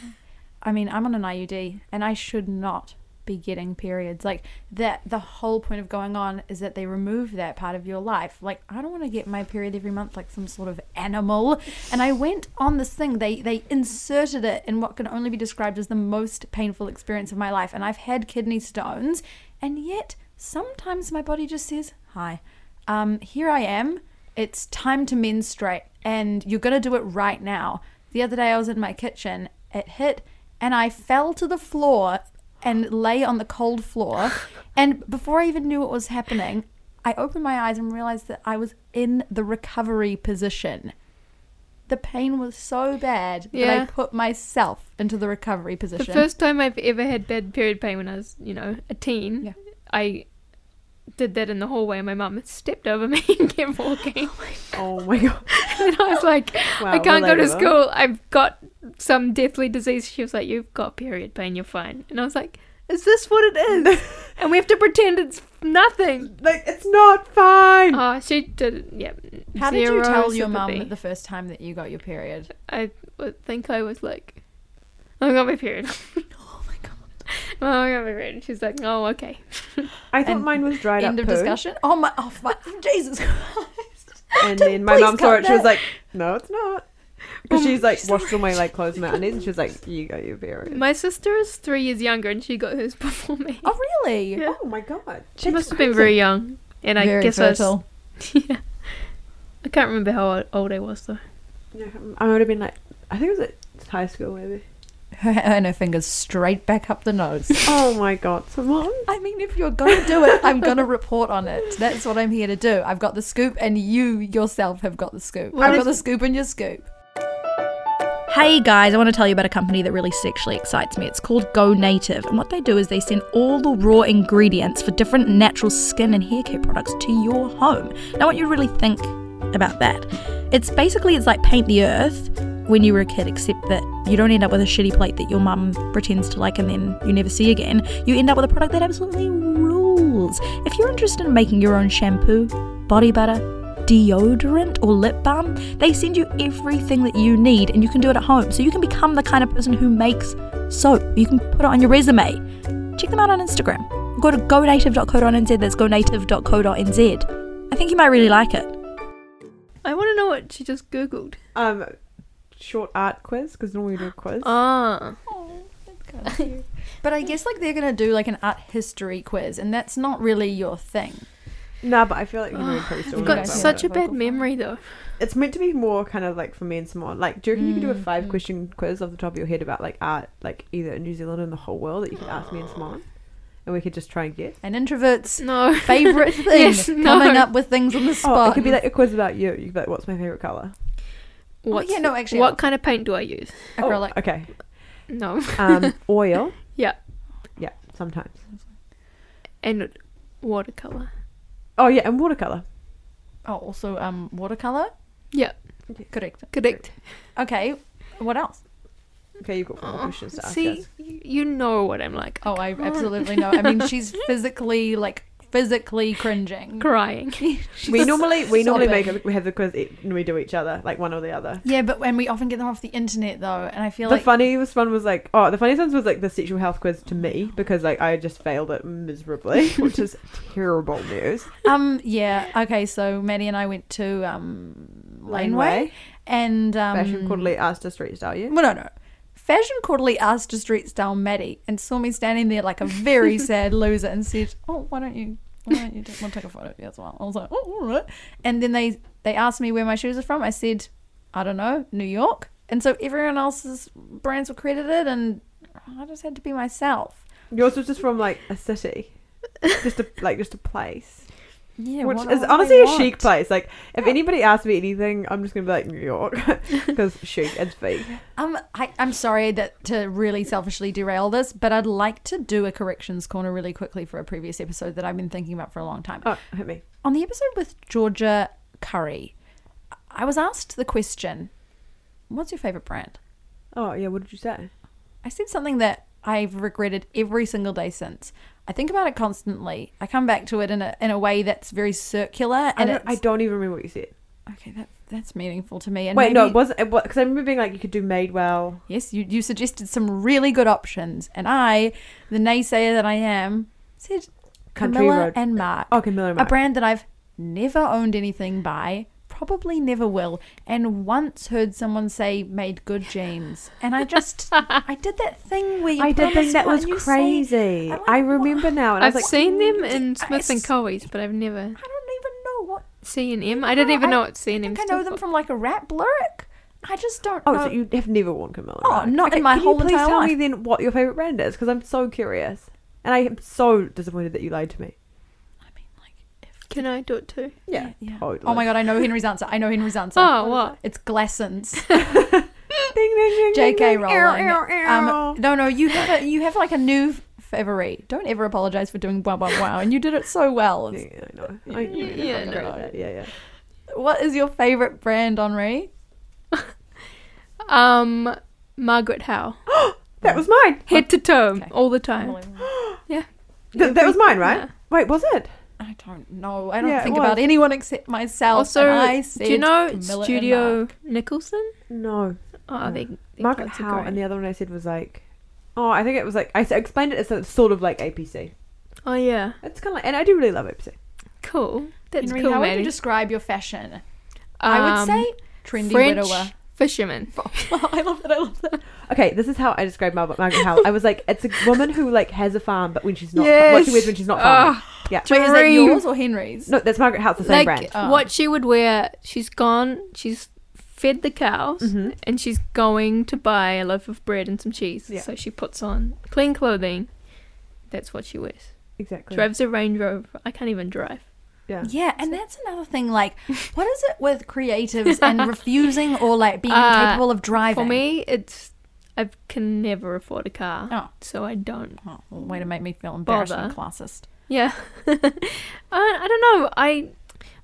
[SPEAKER 2] I mean, I'm on an IUD and I should not be getting periods. Like that, the whole point of going on is that they remove that part of your life. Like I don't want to get my period every month like some sort of animal. And I went on this thing. They they inserted it in what can only be described as the most painful experience of my life. And I've had kidney stones, and yet sometimes my body just says hi. Um, here I am. It's time to menstruate, and you're gonna do it right now. The other day I was in my kitchen. It hit, and I fell to the floor and lay on the cold floor. And before I even knew what was happening, I opened my eyes and realized that I was in the recovery position. The pain was so bad that I
[SPEAKER 3] Yeah.
[SPEAKER 2] put myself into the recovery
[SPEAKER 3] The
[SPEAKER 2] position.
[SPEAKER 3] first time I've ever had bad period pain when I was, you know, a teen,
[SPEAKER 2] Yeah.
[SPEAKER 3] I did that in the hallway and my mum stepped over me and kept walking.
[SPEAKER 1] Oh my god!
[SPEAKER 3] and I was like,
[SPEAKER 1] Wow,
[SPEAKER 3] I can't go to
[SPEAKER 1] relatable.
[SPEAKER 3] school. I've got some deathly disease. She was like, You've got period pain. You're fine. And I was like, Is this what it is? and we have to pretend it's nothing.
[SPEAKER 1] Like it's not fine.
[SPEAKER 3] Oh, she did. Yeah.
[SPEAKER 2] How did you
[SPEAKER 3] zero
[SPEAKER 2] tell your
[SPEAKER 3] sympathy.
[SPEAKER 2] mum the first time that you got your period?
[SPEAKER 3] I would think I was like, I got my period.
[SPEAKER 2] Oh my god.
[SPEAKER 3] oh, I got my period. And she's like, Oh, okay.
[SPEAKER 1] I thought
[SPEAKER 2] and
[SPEAKER 1] mine was dried
[SPEAKER 2] End
[SPEAKER 1] up
[SPEAKER 2] of
[SPEAKER 1] poo,
[SPEAKER 2] discussion. Oh my, oh my, Jesus Christ.
[SPEAKER 1] and then my
[SPEAKER 2] Please
[SPEAKER 1] mum saw
[SPEAKER 2] cut
[SPEAKER 1] it. She was
[SPEAKER 2] that.
[SPEAKER 1] like, "No, it's not." Because
[SPEAKER 3] Um,
[SPEAKER 1] she's like
[SPEAKER 3] she's
[SPEAKER 1] washed all my like clothes, and my undies, and she was like, "You got your period."
[SPEAKER 3] My sister is three years younger and she got hers before me.
[SPEAKER 2] Oh really?
[SPEAKER 3] Yeah.
[SPEAKER 1] Oh my god.
[SPEAKER 3] she must have been very young. And I
[SPEAKER 2] Very
[SPEAKER 3] guess I
[SPEAKER 2] fertile.
[SPEAKER 3] was. yeah. I can't remember how old- old I was though.
[SPEAKER 1] I would have been like, I think it was at high school maybe.
[SPEAKER 2] Her, and her fingers straight back up the nose.
[SPEAKER 1] oh my god, Simone.
[SPEAKER 2] I mean, if you're going to do it, I'm going to report on it. That's what I'm here to do. I've got the scoop, and you yourself have got the scoop.
[SPEAKER 3] Well,
[SPEAKER 2] I've got
[SPEAKER 3] it's-
[SPEAKER 2] the scoop and your scoop. Hey guys, I want to tell you about a company that really sexually excites me. It's called Go Native, and what they do is they send all the raw ingredients for different natural skin and hair care products to your home. Now, I want you to really think about that. It's basically it's like paint the earth when you were a kid, except that you don't end up with a shitty plate that your mum pretends to like and then you never see again. You end up with a product that absolutely rules. If you're interested in making your own shampoo, body butter, deodorant or lip balm. They send you everything that you need and you can do it at home. So you can become the kind of person who makes soap. You can put it on your resume. Check them out on Instagram. Go to gonative.co.nz. That's gonative.co.nz. I
[SPEAKER 4] think you might really like it.
[SPEAKER 3] I want to know what she just googled.
[SPEAKER 1] Um, short art quiz because normally we do a quiz.
[SPEAKER 3] Ah,
[SPEAKER 2] Oh, But I guess like they're gonna do like an art history quiz, and that's not really your thing.
[SPEAKER 1] no, but I feel like you know pretty still
[SPEAKER 3] Oh, I've
[SPEAKER 1] know
[SPEAKER 3] got
[SPEAKER 1] about
[SPEAKER 3] such
[SPEAKER 1] it.
[SPEAKER 3] a bad memory though.
[SPEAKER 1] It's meant to be more kind of like for me and Simone. Like, do you reckon you could do a
[SPEAKER 2] Mm,
[SPEAKER 1] five
[SPEAKER 2] mm.
[SPEAKER 1] question quiz off the top of your head about like art, like either in New Zealand or in the whole world that you could ask me and Simone, and we could just try and get.
[SPEAKER 2] An introvert's
[SPEAKER 3] No.
[SPEAKER 2] favorite thing,
[SPEAKER 3] Yes, no.
[SPEAKER 2] coming up with things on the
[SPEAKER 1] Oh,
[SPEAKER 2] spot.
[SPEAKER 1] it could be like a quiz about you. You could be like, what's my favorite color?
[SPEAKER 3] What's,
[SPEAKER 2] oh, yeah, no, actually,
[SPEAKER 3] what kind of paint do I use?
[SPEAKER 2] acrylic.
[SPEAKER 1] Oh, okay.
[SPEAKER 3] No.
[SPEAKER 1] Um, oil.
[SPEAKER 3] Yeah.
[SPEAKER 1] Yeah. Sometimes.
[SPEAKER 3] And watercolor.
[SPEAKER 1] Oh yeah, and watercolor.
[SPEAKER 2] Oh, also um, watercolor.
[SPEAKER 3] Yeah.
[SPEAKER 2] correct.
[SPEAKER 3] Correct.
[SPEAKER 2] Okay, what else?
[SPEAKER 1] Okay, you've got four more
[SPEAKER 3] Oh,
[SPEAKER 1] questions to ask
[SPEAKER 3] See,
[SPEAKER 1] us.
[SPEAKER 3] you you know what I'm like.
[SPEAKER 2] Oh, I absolutely know. I mean, she's physically like physically cringing.
[SPEAKER 3] Crying.
[SPEAKER 1] We normally we normally make
[SPEAKER 2] sobbing.
[SPEAKER 1] a, we have the quiz e- and we do each other like one or the other.
[SPEAKER 2] Yeah, but and we often get them off the internet though, and I feel
[SPEAKER 1] the
[SPEAKER 2] like
[SPEAKER 1] funniest one was like oh the funniest one was like the sexual health quiz to me because like I just failed it miserably, which is terrible news.
[SPEAKER 2] um yeah okay. So Maddie and I went to um Laneway, and um,
[SPEAKER 1] Fashion Quarterly asked us to reach out you.
[SPEAKER 2] Well, no, no. Fashion Quarterly asked to street style Maddie and saw me standing there like a very sad loser and said, "Oh, why don't you? Why don't you want to take a photo of you as well?" I was like, "Oh, all right." And then they they asked me where my shoes are from. I said, "I don't know, New York." And so everyone else's brands were credited, and I just had to be myself.
[SPEAKER 1] Yours was just from like a city, just a like just a place,
[SPEAKER 2] Yeah,
[SPEAKER 1] which
[SPEAKER 2] what
[SPEAKER 1] is
[SPEAKER 2] else do
[SPEAKER 1] honestly
[SPEAKER 2] they
[SPEAKER 1] a chic
[SPEAKER 2] want?
[SPEAKER 1] place. Like if anybody asks me anything, I'm just gonna be like New York because chic and fake.
[SPEAKER 2] Um, I, I'm sorry that to really selfishly derail this, but I'd like to do a corrections corner really quickly for a previous episode that I've been thinking about for a long time.
[SPEAKER 1] Oh, hit me.
[SPEAKER 2] on the episode with Georgia Curry, I was asked the question, "What's your favorite brand?"
[SPEAKER 1] Oh yeah, what did you say?
[SPEAKER 2] I said something that I've regretted every single day since. I think about it constantly. I come back to it in a in a way that's very circular,
[SPEAKER 1] I
[SPEAKER 2] and
[SPEAKER 1] don't, I
[SPEAKER 2] it's,
[SPEAKER 1] don't even remember what you said.
[SPEAKER 2] okay, that that's meaningful to me. And
[SPEAKER 1] Wait, no,
[SPEAKER 2] maybe-
[SPEAKER 1] it wasn't. It was because I remember being like, you could do Madewell.
[SPEAKER 2] yes, you you suggested some really good options, and I, the naysayer that I am, said
[SPEAKER 1] Country
[SPEAKER 2] Camilla
[SPEAKER 1] Road.
[SPEAKER 2] and Mark.
[SPEAKER 1] Oh, Camilla and
[SPEAKER 2] a
[SPEAKER 1] Mark.
[SPEAKER 2] brand that I've never owned anything by, probably never will, and once heard someone say made good jeans, and I just I did that thing where you
[SPEAKER 1] I
[SPEAKER 2] put on
[SPEAKER 1] did
[SPEAKER 2] the
[SPEAKER 1] think that
[SPEAKER 2] spot
[SPEAKER 1] was
[SPEAKER 2] and you say-
[SPEAKER 1] crazy.
[SPEAKER 2] I'm like,
[SPEAKER 1] I remember now, and I
[SPEAKER 3] I've
[SPEAKER 1] was like,
[SPEAKER 3] seen them
[SPEAKER 2] "Mm,
[SPEAKER 3] in
[SPEAKER 2] I-
[SPEAKER 3] Smith and
[SPEAKER 2] it's-
[SPEAKER 3] Coe's, but I've never
[SPEAKER 2] I don't even know what
[SPEAKER 3] C and M. I didn't even know what C
[SPEAKER 2] I
[SPEAKER 3] and M
[SPEAKER 2] think I
[SPEAKER 3] stood
[SPEAKER 2] know them
[SPEAKER 3] for.
[SPEAKER 2] from like a rap lyric. I just don't
[SPEAKER 1] oh,
[SPEAKER 2] know.
[SPEAKER 1] so you have never worn Camilla?
[SPEAKER 2] Oh,
[SPEAKER 1] and Mark.
[SPEAKER 2] not in my
[SPEAKER 1] can
[SPEAKER 2] whole
[SPEAKER 1] you please
[SPEAKER 2] entire
[SPEAKER 1] tell
[SPEAKER 2] life.
[SPEAKER 1] me then what your favorite brand is, because I'm so curious, and I am so disappointed that you lied to me.
[SPEAKER 2] I mean, like if
[SPEAKER 3] Can I do it too?
[SPEAKER 1] Yeah,
[SPEAKER 2] yeah.
[SPEAKER 1] totally.
[SPEAKER 2] Oh my god, I know Henry's answer. I know Henry's answer.
[SPEAKER 3] Oh, what?
[SPEAKER 2] It's Glassons.
[SPEAKER 1] Ding, ding, ding, ding,
[SPEAKER 2] JK
[SPEAKER 1] ding. Ew,
[SPEAKER 2] Rowling.
[SPEAKER 1] ew, ew.
[SPEAKER 2] Um, no, no, you have a, you have like a new favorite. Don't ever apologize for doing wow, wow, wow, and you did it so well.
[SPEAKER 1] yeah,
[SPEAKER 2] It's-
[SPEAKER 1] yeah, I know. I, you know,
[SPEAKER 3] Yeah,
[SPEAKER 1] I
[SPEAKER 3] no.
[SPEAKER 1] know that. yeah, yeah.
[SPEAKER 2] What is your favorite brand, Henri?
[SPEAKER 3] Um, Margaret Howe.
[SPEAKER 1] That was mine.
[SPEAKER 3] Head to toe,
[SPEAKER 2] Oh, Okay.
[SPEAKER 3] all the time.
[SPEAKER 1] Th- that was mine, right?
[SPEAKER 3] Yeah.
[SPEAKER 1] Wait, was it?
[SPEAKER 2] I don't know. I don't
[SPEAKER 1] Yeah, it
[SPEAKER 2] think
[SPEAKER 1] was.
[SPEAKER 2] about anyone except myself.
[SPEAKER 3] Also,
[SPEAKER 2] and I said,
[SPEAKER 3] do you know
[SPEAKER 2] Camilla and
[SPEAKER 3] Studio
[SPEAKER 2] Mark.
[SPEAKER 3] Nicholson?
[SPEAKER 1] No.
[SPEAKER 3] Oh,
[SPEAKER 1] No.
[SPEAKER 3] they, they
[SPEAKER 1] Margaret Howe, and
[SPEAKER 3] the
[SPEAKER 1] the other one I said was like, oh, I think it was like I s- explained it as a, sort of like APC.
[SPEAKER 3] Oh yeah,
[SPEAKER 1] It's kind of like, and I do really love APC.
[SPEAKER 3] cool. That's
[SPEAKER 2] Henry,
[SPEAKER 3] cool,
[SPEAKER 2] how would
[SPEAKER 3] Maddie.
[SPEAKER 2] you describe your fashion? I would
[SPEAKER 3] Um,
[SPEAKER 2] say trendy
[SPEAKER 3] French
[SPEAKER 2] widower.
[SPEAKER 3] fisherman.
[SPEAKER 2] I love that. I love that.
[SPEAKER 1] Okay, this is how I describe Mar- Margaret Howe. I was like, it's a woman who like has a farm, but when she's not, what she
[SPEAKER 3] Yes.
[SPEAKER 1] wears when she's not farming.
[SPEAKER 3] Ah,
[SPEAKER 1] yeah.
[SPEAKER 2] Wait, is that
[SPEAKER 3] Dream.
[SPEAKER 2] yours or Henry's?
[SPEAKER 1] No, that's Margaret Howe. It's the same
[SPEAKER 3] like
[SPEAKER 1] brand.
[SPEAKER 2] Oh.
[SPEAKER 3] what she would wear. She's gone. She's fed the cows,
[SPEAKER 2] Mm-hmm.
[SPEAKER 1] Mhm.
[SPEAKER 3] and she's going to buy a loaf of bread and some cheese.
[SPEAKER 1] Yeah.
[SPEAKER 3] So she puts on clean clothing. That's what she wears.
[SPEAKER 1] Exactly.
[SPEAKER 3] Drives a Range Rover. I can't even drive.
[SPEAKER 1] Yeah.
[SPEAKER 2] Yeah, and that's another thing. Like, what is it with creatives and refusing or like being
[SPEAKER 3] Uh,
[SPEAKER 2] incapable of driving?
[SPEAKER 3] For me, it's I can never afford a car,
[SPEAKER 2] Oh.
[SPEAKER 3] so I don't.
[SPEAKER 2] Oh, well, way to make me feel embarrassed and classist.
[SPEAKER 3] Yeah, I, I don't know. I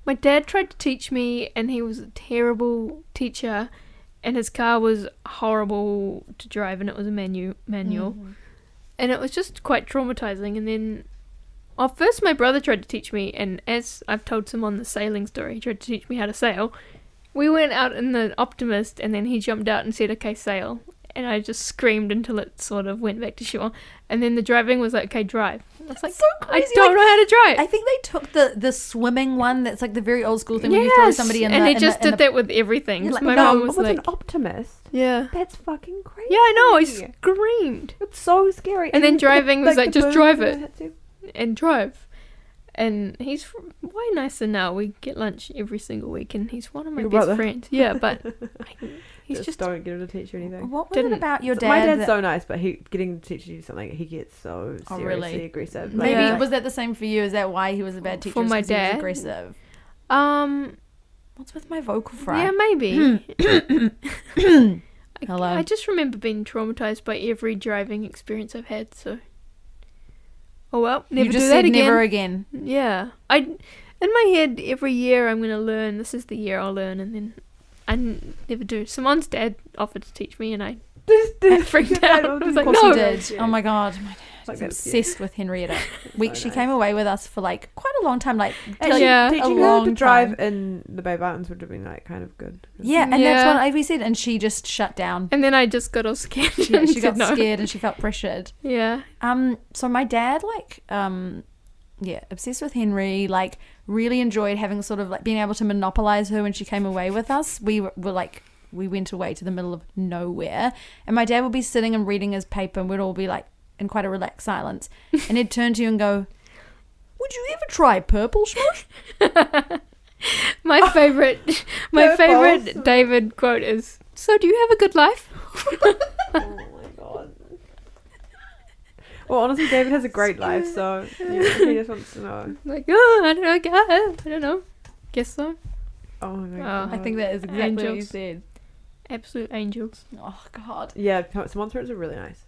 [SPEAKER 3] my dad tried to teach me, and he was a terrible teacher, and his car was horrible to drive, and it was a manu- manual, and it was just quite traumatizing. And then, well, first my brother tried to teach me, and as I've told someone the sailing story, he tried to teach me how to sail. We went out in the Optimist, and then he jumped out and said, "Okay, sail." and I just screamed until it sort of went back to shore. And then the driving was like, okay, drive. I was like,
[SPEAKER 2] so
[SPEAKER 3] I don't know how to drive.
[SPEAKER 2] I think they took the the swimming one. That's like the very old school thing when you throw somebody in
[SPEAKER 3] and
[SPEAKER 2] the.
[SPEAKER 3] he just
[SPEAKER 2] in
[SPEAKER 3] did
[SPEAKER 2] the, in
[SPEAKER 3] that with everything.
[SPEAKER 2] Yeah, like,
[SPEAKER 3] my
[SPEAKER 2] no,
[SPEAKER 3] mom
[SPEAKER 2] it
[SPEAKER 3] was
[SPEAKER 1] with
[SPEAKER 3] like,
[SPEAKER 1] an optimist.
[SPEAKER 3] yeah,
[SPEAKER 1] That's fucking crazy.
[SPEAKER 3] yeah, I know. I
[SPEAKER 1] It's,
[SPEAKER 3] screamed
[SPEAKER 1] so scary.
[SPEAKER 3] And then driving was like,
[SPEAKER 1] the
[SPEAKER 3] just
[SPEAKER 1] boom
[SPEAKER 3] drive
[SPEAKER 1] when
[SPEAKER 3] it.
[SPEAKER 1] hits you.
[SPEAKER 3] and drove. And he's fr- way nicer now. We get lunch every single week, and he's one of my
[SPEAKER 1] Your
[SPEAKER 3] best
[SPEAKER 1] brother.
[SPEAKER 3] friends. Yeah, but I, he's
[SPEAKER 1] just,
[SPEAKER 3] just
[SPEAKER 1] don't get him to teach you
[SPEAKER 2] the-
[SPEAKER 1] anything.
[SPEAKER 2] What was it
[SPEAKER 3] didn't-
[SPEAKER 2] about your
[SPEAKER 1] So
[SPEAKER 2] dad?
[SPEAKER 1] my dad's
[SPEAKER 2] that-
[SPEAKER 1] so nice, but he getting to teach you something, he gets so
[SPEAKER 2] Oh,
[SPEAKER 1] seriously
[SPEAKER 2] really?
[SPEAKER 1] aggressive.
[SPEAKER 2] Maybe
[SPEAKER 1] Like,
[SPEAKER 3] Yeah.
[SPEAKER 2] was that the same for you? Is that why he was a bad teacher?
[SPEAKER 3] For
[SPEAKER 2] is
[SPEAKER 3] my
[SPEAKER 2] 'cause he was
[SPEAKER 3] dad?
[SPEAKER 2] aggressive.
[SPEAKER 3] um
[SPEAKER 2] What's with my vocal fry?
[SPEAKER 3] yeah maybe. I,
[SPEAKER 2] Hello.
[SPEAKER 3] I just remember being traumatized by every driving experience I've had. So, oh well, never
[SPEAKER 2] you just
[SPEAKER 3] do
[SPEAKER 2] said
[SPEAKER 3] that again.
[SPEAKER 2] never again.
[SPEAKER 3] Yeah, I in my head every year I'm gonna learn. This is the year I'll learn, and then I n- never do. Someone's dad offered to teach me, and I
[SPEAKER 1] this,
[SPEAKER 3] I
[SPEAKER 1] this,
[SPEAKER 3] freaked out. I was
[SPEAKER 2] Of
[SPEAKER 3] like,
[SPEAKER 2] course
[SPEAKER 3] no.
[SPEAKER 2] he did. Oh my god, my dad
[SPEAKER 1] Like,
[SPEAKER 2] was
[SPEAKER 1] that's cute.
[SPEAKER 2] obsessed with Henrietta. We,
[SPEAKER 1] So
[SPEAKER 2] she
[SPEAKER 1] nice.
[SPEAKER 2] came away with us for like quite a long time. Like,
[SPEAKER 1] And
[SPEAKER 2] till-
[SPEAKER 3] Yeah.
[SPEAKER 1] she- teaching
[SPEAKER 2] a
[SPEAKER 1] her to
[SPEAKER 2] long
[SPEAKER 1] drive in the Bay Mountains would have been like kind of good.
[SPEAKER 2] yeah, and
[SPEAKER 3] Yeah.
[SPEAKER 2] that's what Ivy said, and she just shut down.
[SPEAKER 3] And then I just got all scared.
[SPEAKER 2] Yeah,
[SPEAKER 3] and
[SPEAKER 2] she
[SPEAKER 3] said
[SPEAKER 2] got
[SPEAKER 3] no.
[SPEAKER 2] scared and she felt pressured.
[SPEAKER 3] Yeah,
[SPEAKER 2] Um, so my dad, like, um, yeah, obsessed with Henry, like, really enjoyed having sort of like being able to monopolize her when she came away with us. We were, were like, we went away to the middle of nowhere, and my dad would be sitting and reading his paper, and we'd all be like in quite a relaxed silence, and he'd turn to you and go, "Would you ever try purple smush?"
[SPEAKER 3] my favorite, my
[SPEAKER 1] They're
[SPEAKER 3] favorite
[SPEAKER 1] false.
[SPEAKER 3] David quote is. So do you have a good life?
[SPEAKER 1] oh my god. Well, honestly, David has a great life, so yeah, he just wants to know.
[SPEAKER 3] Like, oh, I don't know, guys. I don't know. Guess so.
[SPEAKER 1] Oh my
[SPEAKER 3] Oh.
[SPEAKER 1] god.
[SPEAKER 2] I think that is exactly what you
[SPEAKER 3] Angels.
[SPEAKER 2] said.
[SPEAKER 3] Absolute angels.
[SPEAKER 2] Oh God.
[SPEAKER 1] Yeah, p- so monsters are really nice.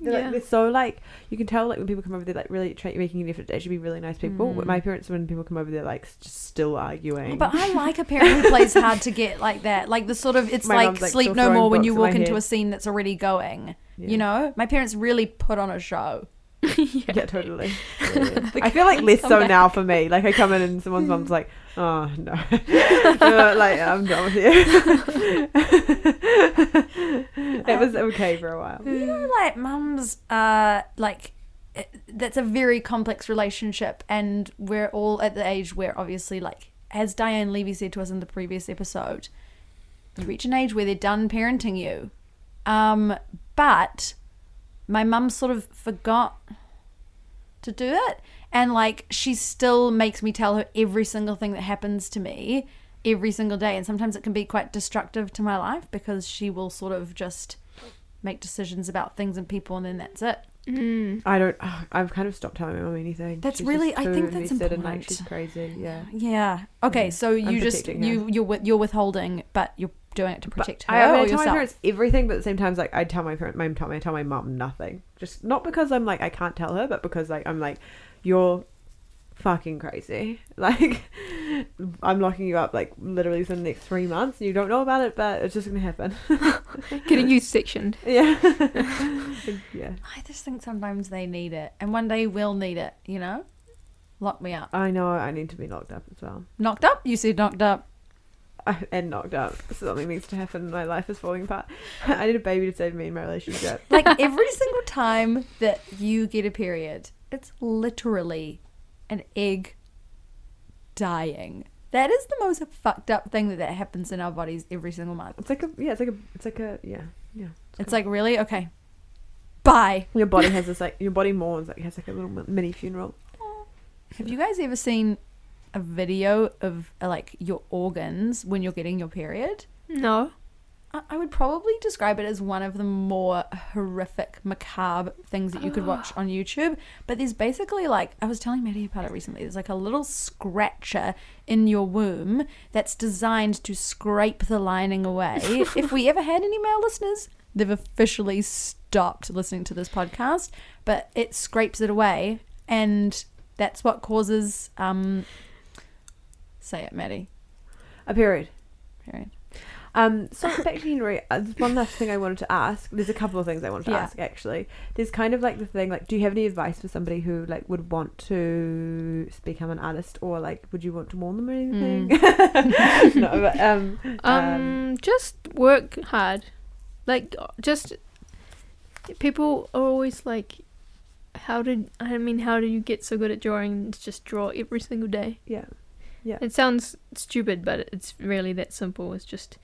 [SPEAKER 1] They're,
[SPEAKER 3] Yeah.
[SPEAKER 1] like, they're so like you can tell like when people come over they're like really tra- making an effort to actually be really nice people.
[SPEAKER 2] Mm.
[SPEAKER 1] My parents when people come over they're like s- just still arguing.
[SPEAKER 2] But I like a parent who plays hard to get like that. Like the sort of it's
[SPEAKER 1] My
[SPEAKER 2] like,
[SPEAKER 1] mum's, like,
[SPEAKER 2] sleep
[SPEAKER 1] still
[SPEAKER 2] no
[SPEAKER 1] throwing
[SPEAKER 2] more when you
[SPEAKER 1] books in my
[SPEAKER 2] walk into
[SPEAKER 1] head.
[SPEAKER 2] a scene that's already going.
[SPEAKER 1] Yeah.
[SPEAKER 2] You know, my parents really put on a show.
[SPEAKER 1] Yeah, totally. I feel like less
[SPEAKER 3] come
[SPEAKER 1] so
[SPEAKER 3] back.
[SPEAKER 1] now for me. Like I come in and someone's mum's like, "Oh no," Uh, like I'm done with you. it was okay for a while.
[SPEAKER 2] You know, like mums are like it, that's a very complex relationship, and we're all at the age where obviously, like as Diane Levy said to us in the previous episode, you reach an age where they're done parenting you. Um, but my mum sort of forgot to do it. And like she still makes me tell her every single thing that happens to me every single day. And sometimes it can be quite destructive to my life because she will sort of just make decisions about things and people and then that's it.
[SPEAKER 3] Mm.
[SPEAKER 1] I don't. ugh, I've kind of stopped telling my mum anything.
[SPEAKER 2] That's
[SPEAKER 1] She's
[SPEAKER 2] really-
[SPEAKER 1] just
[SPEAKER 2] I
[SPEAKER 1] too
[SPEAKER 2] think that's
[SPEAKER 1] invested And like
[SPEAKER 2] important.
[SPEAKER 1] she's crazy. Yeah.
[SPEAKER 2] Yeah. Okay,
[SPEAKER 1] Yeah.
[SPEAKER 2] so you
[SPEAKER 1] I'm
[SPEAKER 2] just
[SPEAKER 1] protecting her.
[SPEAKER 2] you you're with, you're withholding but you're doing it to
[SPEAKER 1] But
[SPEAKER 2] protect
[SPEAKER 1] I, I
[SPEAKER 2] her
[SPEAKER 1] mean, I
[SPEAKER 2] or
[SPEAKER 1] tell my
[SPEAKER 2] yourself.
[SPEAKER 1] parents everything, but at the same time, it's like I tell my parents, my mom, I tell my mum nothing. Just not because I'm like I can't tell her, but because like I'm like you're fucking crazy. Like I'm locking you up like literally for the next three months, and you don't know about it, but it's just gonna happen.
[SPEAKER 3] Getting you sectioned.
[SPEAKER 1] yeah, yeah.
[SPEAKER 2] I just think sometimes they need it and one day we'll need it, you know? Lock me up.
[SPEAKER 1] I know I need to be locked up as well,
[SPEAKER 2] Knocked up? You said knocked up.
[SPEAKER 1] I, and knocked up. Something needs to happen. My life is falling apart. I need a baby to save me in my relationship.
[SPEAKER 2] Like every single time that you get a period, it's literally an egg dying. That is the most fucked up thing that, that happens in our bodies every single month.
[SPEAKER 1] It's like a yeah. It's like a it's like a yeah yeah.
[SPEAKER 2] It's like, really? Okay. Bye.
[SPEAKER 1] Your body has this like your body mourns like has like a little mi- mini funeral.
[SPEAKER 2] Have you guys ever seen a video of uh, like your organs when you're getting your period?
[SPEAKER 3] No.
[SPEAKER 2] I I would probably describe it as one of the more horrific, macabre things that you could watch on YouTube. But there's basically like, I was telling Maddie about it recently, there's like a little scratcher in your womb that's designed to scrape the lining away. if we ever had any male listeners, they've officially stopped listening to this podcast, but it scrapes it away. And that's what causes, um, say it, Maddie.
[SPEAKER 1] A period.
[SPEAKER 2] Period.
[SPEAKER 1] Um, so back to Henry. uh, There's one last thing I wanted to ask. There's a couple of things I wanted to
[SPEAKER 2] Yeah.
[SPEAKER 1] ask actually. There's kind of like the thing like, do you have any advice for somebody who like would want to s- become an artist or like would you want to warn them or anything? no, but um,
[SPEAKER 3] Um, just work hard. Like just people are always like, how did I mean? How do you get so good at drawing? It's just draw every single day.
[SPEAKER 1] Yeah. Yeah.
[SPEAKER 3] It sounds stupid, but it's really that simple. It's just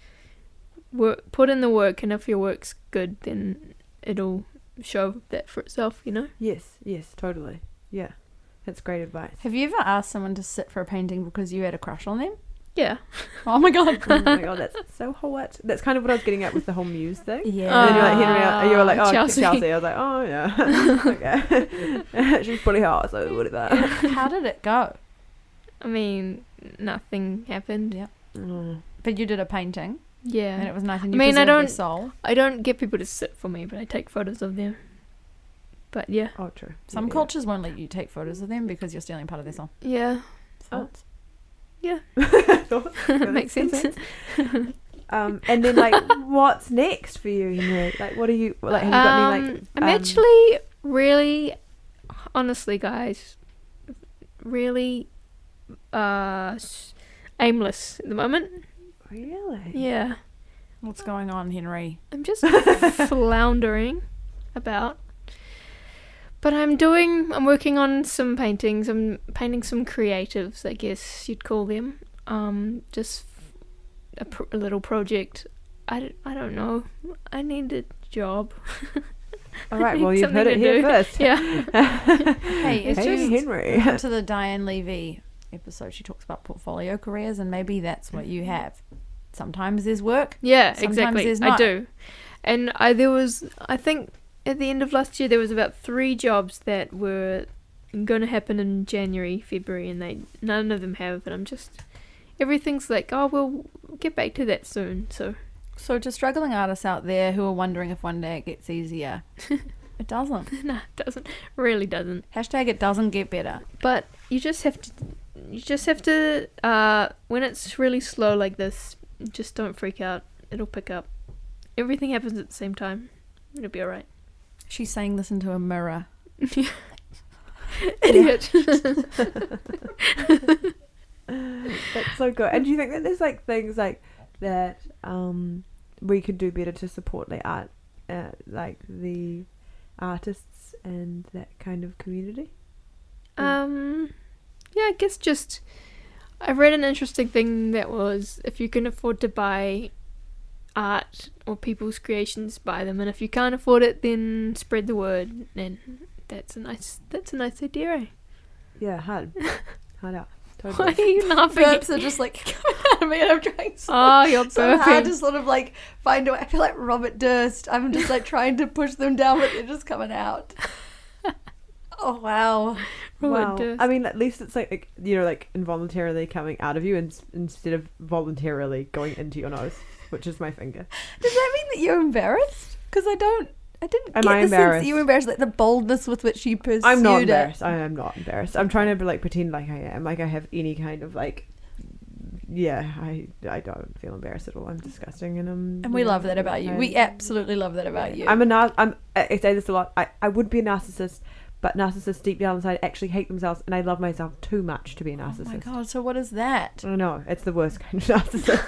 [SPEAKER 3] work, put in the work, and if your work's good, then it'll show that for itself. You know.
[SPEAKER 1] Yes, yes, totally. Yeah. That's great advice.
[SPEAKER 2] Have you ever asked someone to sit for a painting because you had a crush on them?
[SPEAKER 3] Yeah.
[SPEAKER 2] Oh my god.
[SPEAKER 1] oh my god, that's so hot. That's kind of what I was getting at with the whole muse thing.
[SPEAKER 2] Yeah.
[SPEAKER 1] And then you're like, Henrietta, you were like, oh, Chelsea.
[SPEAKER 3] Ah, Chelsea.
[SPEAKER 1] I was like, oh, yeah. okay. She's pretty hot, so whatever.
[SPEAKER 2] How did it go?
[SPEAKER 3] I mean, nothing happened.
[SPEAKER 1] Mm.
[SPEAKER 2] But you did a painting, and
[SPEAKER 3] Yeah.
[SPEAKER 2] it was nice. And
[SPEAKER 3] I
[SPEAKER 2] you
[SPEAKER 3] mean, I
[SPEAKER 2] preserved their
[SPEAKER 3] don't-
[SPEAKER 2] soul.
[SPEAKER 3] I don't get people to sit for me, but I take photos of them. But yeah.
[SPEAKER 1] Oh, true.
[SPEAKER 2] Some
[SPEAKER 1] Yeah, yeah.
[SPEAKER 2] cultures won't let you take photos of them because you're stealing part of their soul.
[SPEAKER 3] Yeah.
[SPEAKER 1] Oh.
[SPEAKER 3] Yeah.
[SPEAKER 1] Thought-
[SPEAKER 3] Makes
[SPEAKER 1] good
[SPEAKER 3] sense.
[SPEAKER 1] um, and then, like, what's next for you, Henry? Like, what are you, like, have you got any, like,
[SPEAKER 3] Um, I'm
[SPEAKER 1] um,
[SPEAKER 3] actually really, honestly, guys, really uh, s- aimless at the moment.
[SPEAKER 1] really?
[SPEAKER 3] Yeah.
[SPEAKER 2] What's going on, Henry?
[SPEAKER 3] I'm just floundering about. But I'm doing, I'm working on some paintings. I'm painting some creatives, I guess you'd call them. Um, just a, pr- a little project. I, d- I don't know. I need a job.
[SPEAKER 1] All right, well,
[SPEAKER 3] Need
[SPEAKER 1] you've heard it
[SPEAKER 3] something to
[SPEAKER 1] here
[SPEAKER 3] do.
[SPEAKER 1] first.
[SPEAKER 3] Yeah.
[SPEAKER 2] Hey, it's
[SPEAKER 1] hey,
[SPEAKER 2] just
[SPEAKER 1] Henry.
[SPEAKER 2] come to the Diane Levy episode. She talks about portfolio careers, and maybe that's what you have. Sometimes there's work.
[SPEAKER 3] Yeah,
[SPEAKER 2] Sometimes
[SPEAKER 3] exactly.
[SPEAKER 2] there's
[SPEAKER 3] I
[SPEAKER 2] not.
[SPEAKER 3] do. And I there was I think at the end of last year there was about three jobs that were going to happen in January, February, and they none of them have. And I'm just everything's like, oh, we'll get back to that soon. So
[SPEAKER 2] So, to struggling artists out there who are wondering if one day it gets easier, it doesn't.
[SPEAKER 3] nah, it doesn't really doesn't.
[SPEAKER 2] Hashtag it doesn't get better.
[SPEAKER 3] But you just have to you just have to uh, when it's really slow like this, just don't freak out. It'll pick up. Everything happens at the same time. It'll be all right.
[SPEAKER 2] She's saying this into a mirror.
[SPEAKER 3] Idiot.
[SPEAKER 1] That's so good. And do you think that there's like things like that um, we could do better to support the art, uh, like the artists and that kind of community? Yeah.
[SPEAKER 3] Um, yeah, I guess just I read an interesting thing that was if you can afford to buy art or people's creations, buy them, and if you can't afford it, then spread the word. And that's a nice that's a nice idea. Eh?
[SPEAKER 1] Yeah, hard, hard out.
[SPEAKER 3] Why
[SPEAKER 1] Totally.
[SPEAKER 3] are you laughing?
[SPEAKER 2] Burps are just like coming out of me, and I'm trying so,
[SPEAKER 1] Ah,
[SPEAKER 3] oh, you're
[SPEAKER 2] so hard
[SPEAKER 3] burping.
[SPEAKER 2] to sort of like find a way. I feel like Robert Durst. I'm just like trying to push them down, but they're just coming out. Oh wow!
[SPEAKER 3] Robert
[SPEAKER 1] Wow.
[SPEAKER 3] Durst.
[SPEAKER 1] I mean, at least it's like, like you know, like involuntarily coming out of you, and instead of voluntarily going into your nose, which is my finger.
[SPEAKER 2] Does that mean that you're embarrassed? Because I don't. I didn't
[SPEAKER 1] Am
[SPEAKER 2] get
[SPEAKER 1] I
[SPEAKER 2] the sense that you were embarrassed, like the boldness with which you pursued
[SPEAKER 1] I'm not
[SPEAKER 2] it.
[SPEAKER 1] embarrassed. I am not embarrassed. I'm trying to like pretend like I am, like I have any kind of like. Yeah, I I don't feel embarrassed at all. I'm disgusting, and I'm.
[SPEAKER 2] And we
[SPEAKER 1] yeah,
[SPEAKER 2] love that about you.
[SPEAKER 1] I-
[SPEAKER 2] We absolutely love that about you.
[SPEAKER 1] I'm a nar- I'm. I I say this a lot. I I would be a narcissist, but narcissists deep down inside actually hate themselves, and I love myself too much to be a
[SPEAKER 2] oh my
[SPEAKER 1] narcissist.
[SPEAKER 2] god! So what is that?
[SPEAKER 1] I know it's the worst kind of narcissist.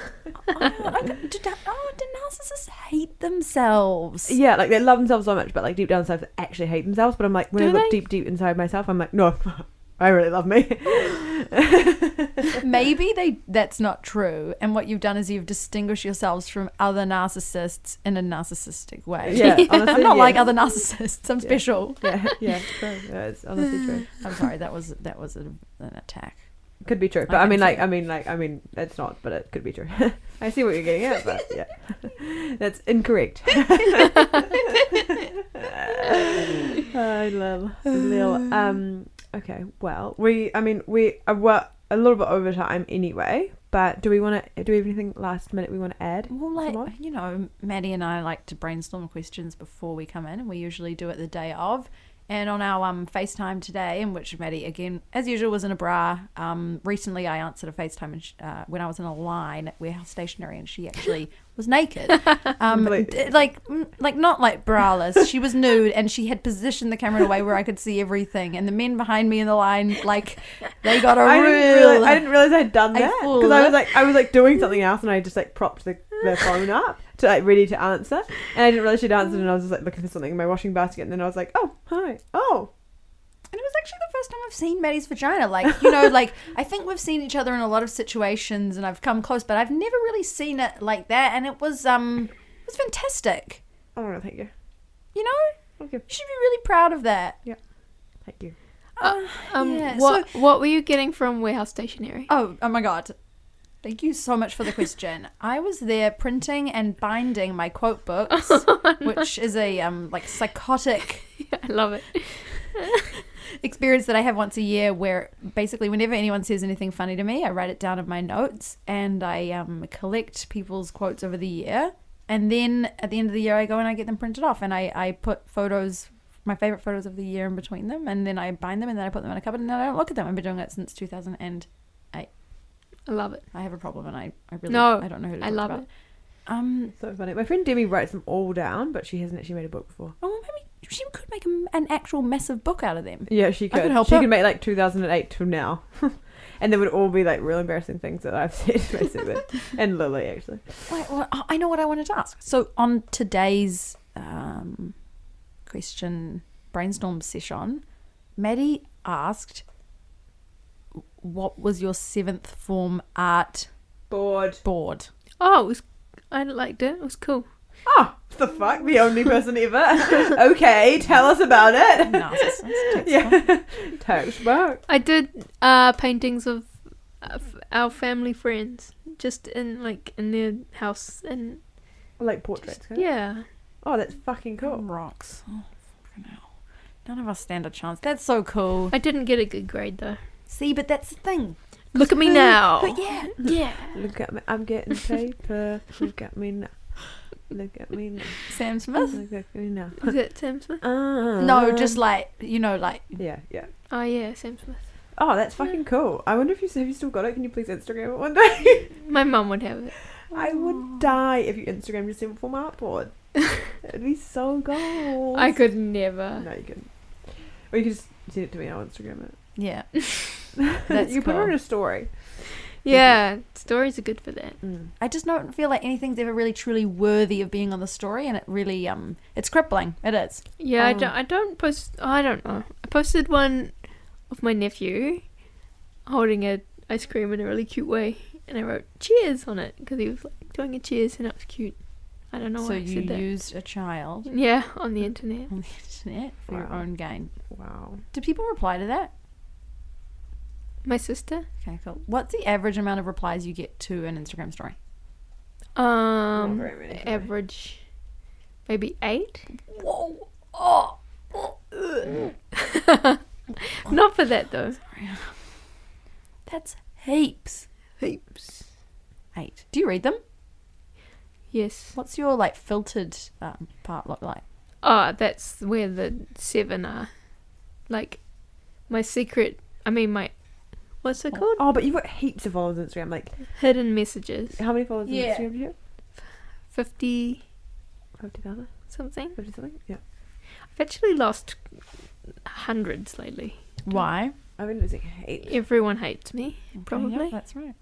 [SPEAKER 2] I, I, do, oh, do narcissists hate themselves?
[SPEAKER 1] yeah, like they love themselves so much, but like deep down inside, they actually hate themselves. But I'm like, when I
[SPEAKER 3] Do
[SPEAKER 1] look
[SPEAKER 3] they?
[SPEAKER 1] deep, deep inside myself, I'm like, no, I really love me.
[SPEAKER 2] Maybe they that's not true, and what you've done is you've distinguished yourselves from other narcissists in a narcissistic way.
[SPEAKER 1] Yeah, honestly,
[SPEAKER 2] I'm not
[SPEAKER 1] yeah.
[SPEAKER 2] like other narcissists. I'm
[SPEAKER 1] Yeah.
[SPEAKER 2] special.
[SPEAKER 1] yeah, yeah, it's true. Yeah, it's honestly true.
[SPEAKER 2] I'm sorry. That was that was a, an attack.
[SPEAKER 1] Could be true, but
[SPEAKER 2] I
[SPEAKER 1] I mean,
[SPEAKER 2] think
[SPEAKER 1] like,
[SPEAKER 2] so.
[SPEAKER 1] I mean, like, I mean, it's not, but it could be true. I see what you're getting at, but yeah, that's incorrect. I love Lil. Um, okay, well, we, I mean, we are well, a little bit over time anyway. But do we want to? Do we have anything last minute we want to add?
[SPEAKER 2] Well, like
[SPEAKER 1] on.
[SPEAKER 2] you know, Maddie and I like to brainstorm questions before we come in, and we usually do it the day of. And on our um, FaceTime today, in which Maddie, again, as usual, was in a bra. Um, recently, I answered a FaceTime and sh uh, when I was in a line at warehouse stationery, and she actually was naked. Um,
[SPEAKER 1] Unbelievable.
[SPEAKER 2] d- like, mm, like not like braless. She was nude, and she had positioned the camera in a way where I could see everything. And the men behind me in the line, like, they got a
[SPEAKER 1] I
[SPEAKER 2] real.
[SPEAKER 1] didn't, realize, I didn't realize I'd done
[SPEAKER 2] I
[SPEAKER 1] that because
[SPEAKER 2] fooled
[SPEAKER 1] I was
[SPEAKER 2] it.
[SPEAKER 1] like I was like doing something else and I just like propped the their phone up to like ready to answer, and I didn't realize she'd answered, and I was just like looking for something in my washing basket, and then I was like, oh hi, oh
[SPEAKER 2] And it was actually the first time I've seen Maddie's vagina. Like, you know, like I think we've seen each other in a lot of situations and I've come close, but I've never really seen it like that. And it was um it was fantastic.
[SPEAKER 1] oh no, thank you,
[SPEAKER 2] You know?
[SPEAKER 1] thank you,
[SPEAKER 2] You should be really proud of that.
[SPEAKER 1] thank you.
[SPEAKER 2] Uh,
[SPEAKER 3] Um,
[SPEAKER 2] yeah,
[SPEAKER 3] what what were you getting from warehouse stationery?
[SPEAKER 2] Oh, oh my god. Thank you so much for the question. I was there printing and binding my quote books, which is a um like psychotic
[SPEAKER 3] I love it.
[SPEAKER 2] experience that I have once a year where basically whenever anyone says anything funny to me, I write it down in my notes and I um, collect people's quotes over the year. And then at the end of the year, I go and I get them printed off and I, I put photos, my favorite photos of the year in between them. And then I bind them and then I put them in a cupboard and then I don't look at them. I've been doing that since 2000 and
[SPEAKER 3] I love it.
[SPEAKER 2] I have a problem and I, I really
[SPEAKER 3] No,
[SPEAKER 2] I don't know who to
[SPEAKER 3] I
[SPEAKER 2] talk
[SPEAKER 3] love
[SPEAKER 2] about.
[SPEAKER 3] it.
[SPEAKER 2] Um,
[SPEAKER 1] So funny. My friend Demi writes them all down, but she hasn't actually made a book before.
[SPEAKER 2] oh, maybe she could make a, an actual massive book out of them.
[SPEAKER 1] Yeah, she
[SPEAKER 2] I
[SPEAKER 1] could.
[SPEAKER 2] could help
[SPEAKER 1] she
[SPEAKER 2] her.
[SPEAKER 1] could make like 2008 till now, and they would all be like real embarrassing things that I've said basically, and Lily actually.
[SPEAKER 2] Wait, well, I I know what I wanted to ask. So on today's um, question brainstorm session, Maddie asked, "What was your seventh form art
[SPEAKER 1] Bored.
[SPEAKER 2] board?"
[SPEAKER 3] Oh, it was, I liked it. It was cool.
[SPEAKER 1] Oh, the fuck! The only person ever. okay, tell us about it.
[SPEAKER 2] Narcissist. textbook.
[SPEAKER 1] Yeah, textbook.
[SPEAKER 3] I did uh, paintings of uh, f- our family friends, just in like in their house, and
[SPEAKER 1] Like
[SPEAKER 3] just,
[SPEAKER 1] portraits. kind of.
[SPEAKER 3] yeah,
[SPEAKER 1] Oh, that's fucking cool.
[SPEAKER 2] Rocks. Oh, fucking hell. None of us stand a chance. That's so cool.
[SPEAKER 3] I didn't get a good grade though.
[SPEAKER 2] See, but that's the thing.
[SPEAKER 3] Look at me
[SPEAKER 2] Who-
[SPEAKER 3] now.
[SPEAKER 2] But yeah,
[SPEAKER 3] yeah.
[SPEAKER 2] Oh
[SPEAKER 1] Look at me. I'm getting paper. Look at me now. Look at me now.
[SPEAKER 2] Sam Smith.
[SPEAKER 1] Look at me now.
[SPEAKER 3] Is it Sam Smith?
[SPEAKER 2] No,
[SPEAKER 1] Um,
[SPEAKER 2] just like you know, like
[SPEAKER 1] yeah, yeah.
[SPEAKER 3] Oh yeah, Sam Smith.
[SPEAKER 1] Oh, that's fucking cool. I wonder if you have you still got it. Can you please Instagram it one day?
[SPEAKER 3] My mum would have it.
[SPEAKER 1] I
[SPEAKER 2] Oh.
[SPEAKER 1] would die if you Instagram your simple art board. It'd be so gold.
[SPEAKER 3] I could never.
[SPEAKER 1] No, you couldn't. Or you could just send it to me. and I'll Instagram it.
[SPEAKER 2] yeah. That's
[SPEAKER 1] you put
[SPEAKER 2] cool.
[SPEAKER 1] it in a story.
[SPEAKER 3] Yeah, stories are good for that.
[SPEAKER 1] Mm.
[SPEAKER 2] I just don't feel like anything's ever really truly worthy of being on the story, and it really um, it's crippling. It is.
[SPEAKER 3] Yeah, I,
[SPEAKER 1] Oh.
[SPEAKER 3] don't, I don't post. oh, I don't know. I posted one of my nephew holding a ice cream in a really cute way, and I wrote "Cheers" on it because he was like doing a cheers, and it was cute. I don't know
[SPEAKER 2] so
[SPEAKER 3] why I
[SPEAKER 2] you
[SPEAKER 3] said that.
[SPEAKER 2] used a child
[SPEAKER 3] yeah, on the internet.
[SPEAKER 2] on the internet for your
[SPEAKER 1] Wow.
[SPEAKER 2] own gain.
[SPEAKER 1] Wow.
[SPEAKER 2] Do people reply to that?
[SPEAKER 3] My sister.
[SPEAKER 2] Okay, cool. What's the average amount of replies you get to an Instagram story?
[SPEAKER 3] Um,
[SPEAKER 1] very many, sorry.
[SPEAKER 3] average, maybe eight.
[SPEAKER 2] Whoa! Oh, oh,
[SPEAKER 1] Mm.
[SPEAKER 3] Not for that though.
[SPEAKER 2] that's heaps.
[SPEAKER 3] Heaps.
[SPEAKER 2] Eight. Do you read them?
[SPEAKER 3] Yes.
[SPEAKER 2] What's your like filtered um, part look like?
[SPEAKER 3] Oh, that's where the seven are. Like, my secret. I mean, my. What's it called?
[SPEAKER 1] Oh, but you've got heaps of followers on Instagram. Like,
[SPEAKER 3] Hidden messages.
[SPEAKER 1] how many followers
[SPEAKER 2] Yeah.
[SPEAKER 1] on Instagram do you have?
[SPEAKER 3] 50
[SPEAKER 1] Fifty thousand.
[SPEAKER 3] something.
[SPEAKER 1] Fifty something. Yeah.
[SPEAKER 3] I've actually lost hundreds lately.
[SPEAKER 2] Why?
[SPEAKER 1] I've been losing heaps.
[SPEAKER 3] Everyone hates me. Probably.
[SPEAKER 2] Yeah, that's right.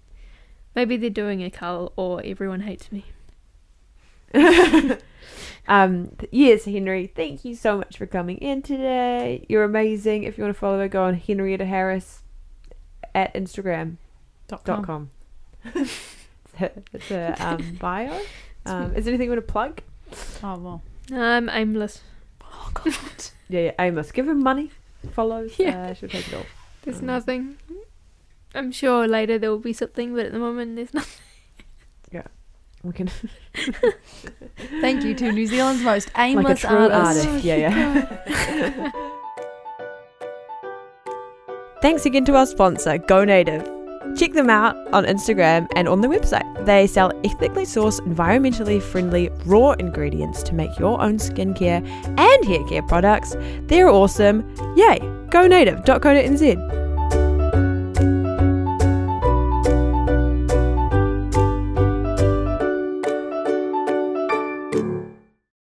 [SPEAKER 3] Maybe they're doing a cull or everyone hates me.
[SPEAKER 1] um, th- yes, Henry, thank you so much for coming in today. You're amazing. If you want to follow her, go on Henrietta Harris at Instagram
[SPEAKER 2] Dot
[SPEAKER 1] dot
[SPEAKER 2] com.
[SPEAKER 1] com. it's her, it's her um, bio. Um, is there anything you want to plug?
[SPEAKER 2] Oh well.
[SPEAKER 3] I'm aimless.
[SPEAKER 2] Oh god.
[SPEAKER 1] Yeah, yeah, Amos, give her money. Follows.
[SPEAKER 3] Yeah.
[SPEAKER 1] Uh, she'll take it all.
[SPEAKER 3] There's
[SPEAKER 1] Um,
[SPEAKER 3] nothing. I'm sure later there will be something, but at the moment there's nothing.
[SPEAKER 1] We can
[SPEAKER 2] Thank you to New Zealand's most
[SPEAKER 1] like a
[SPEAKER 2] aimless
[SPEAKER 1] true
[SPEAKER 2] artist.
[SPEAKER 3] Oh,
[SPEAKER 1] artist. Yeah, yeah. Thanks again to our sponsor, Go Native. Check them out on Instagram and on their website. They sell ethically sourced, environmentally friendly raw ingredients to make your own skincare and hair care products. They're awesome. Yay! GoNative.co.nz.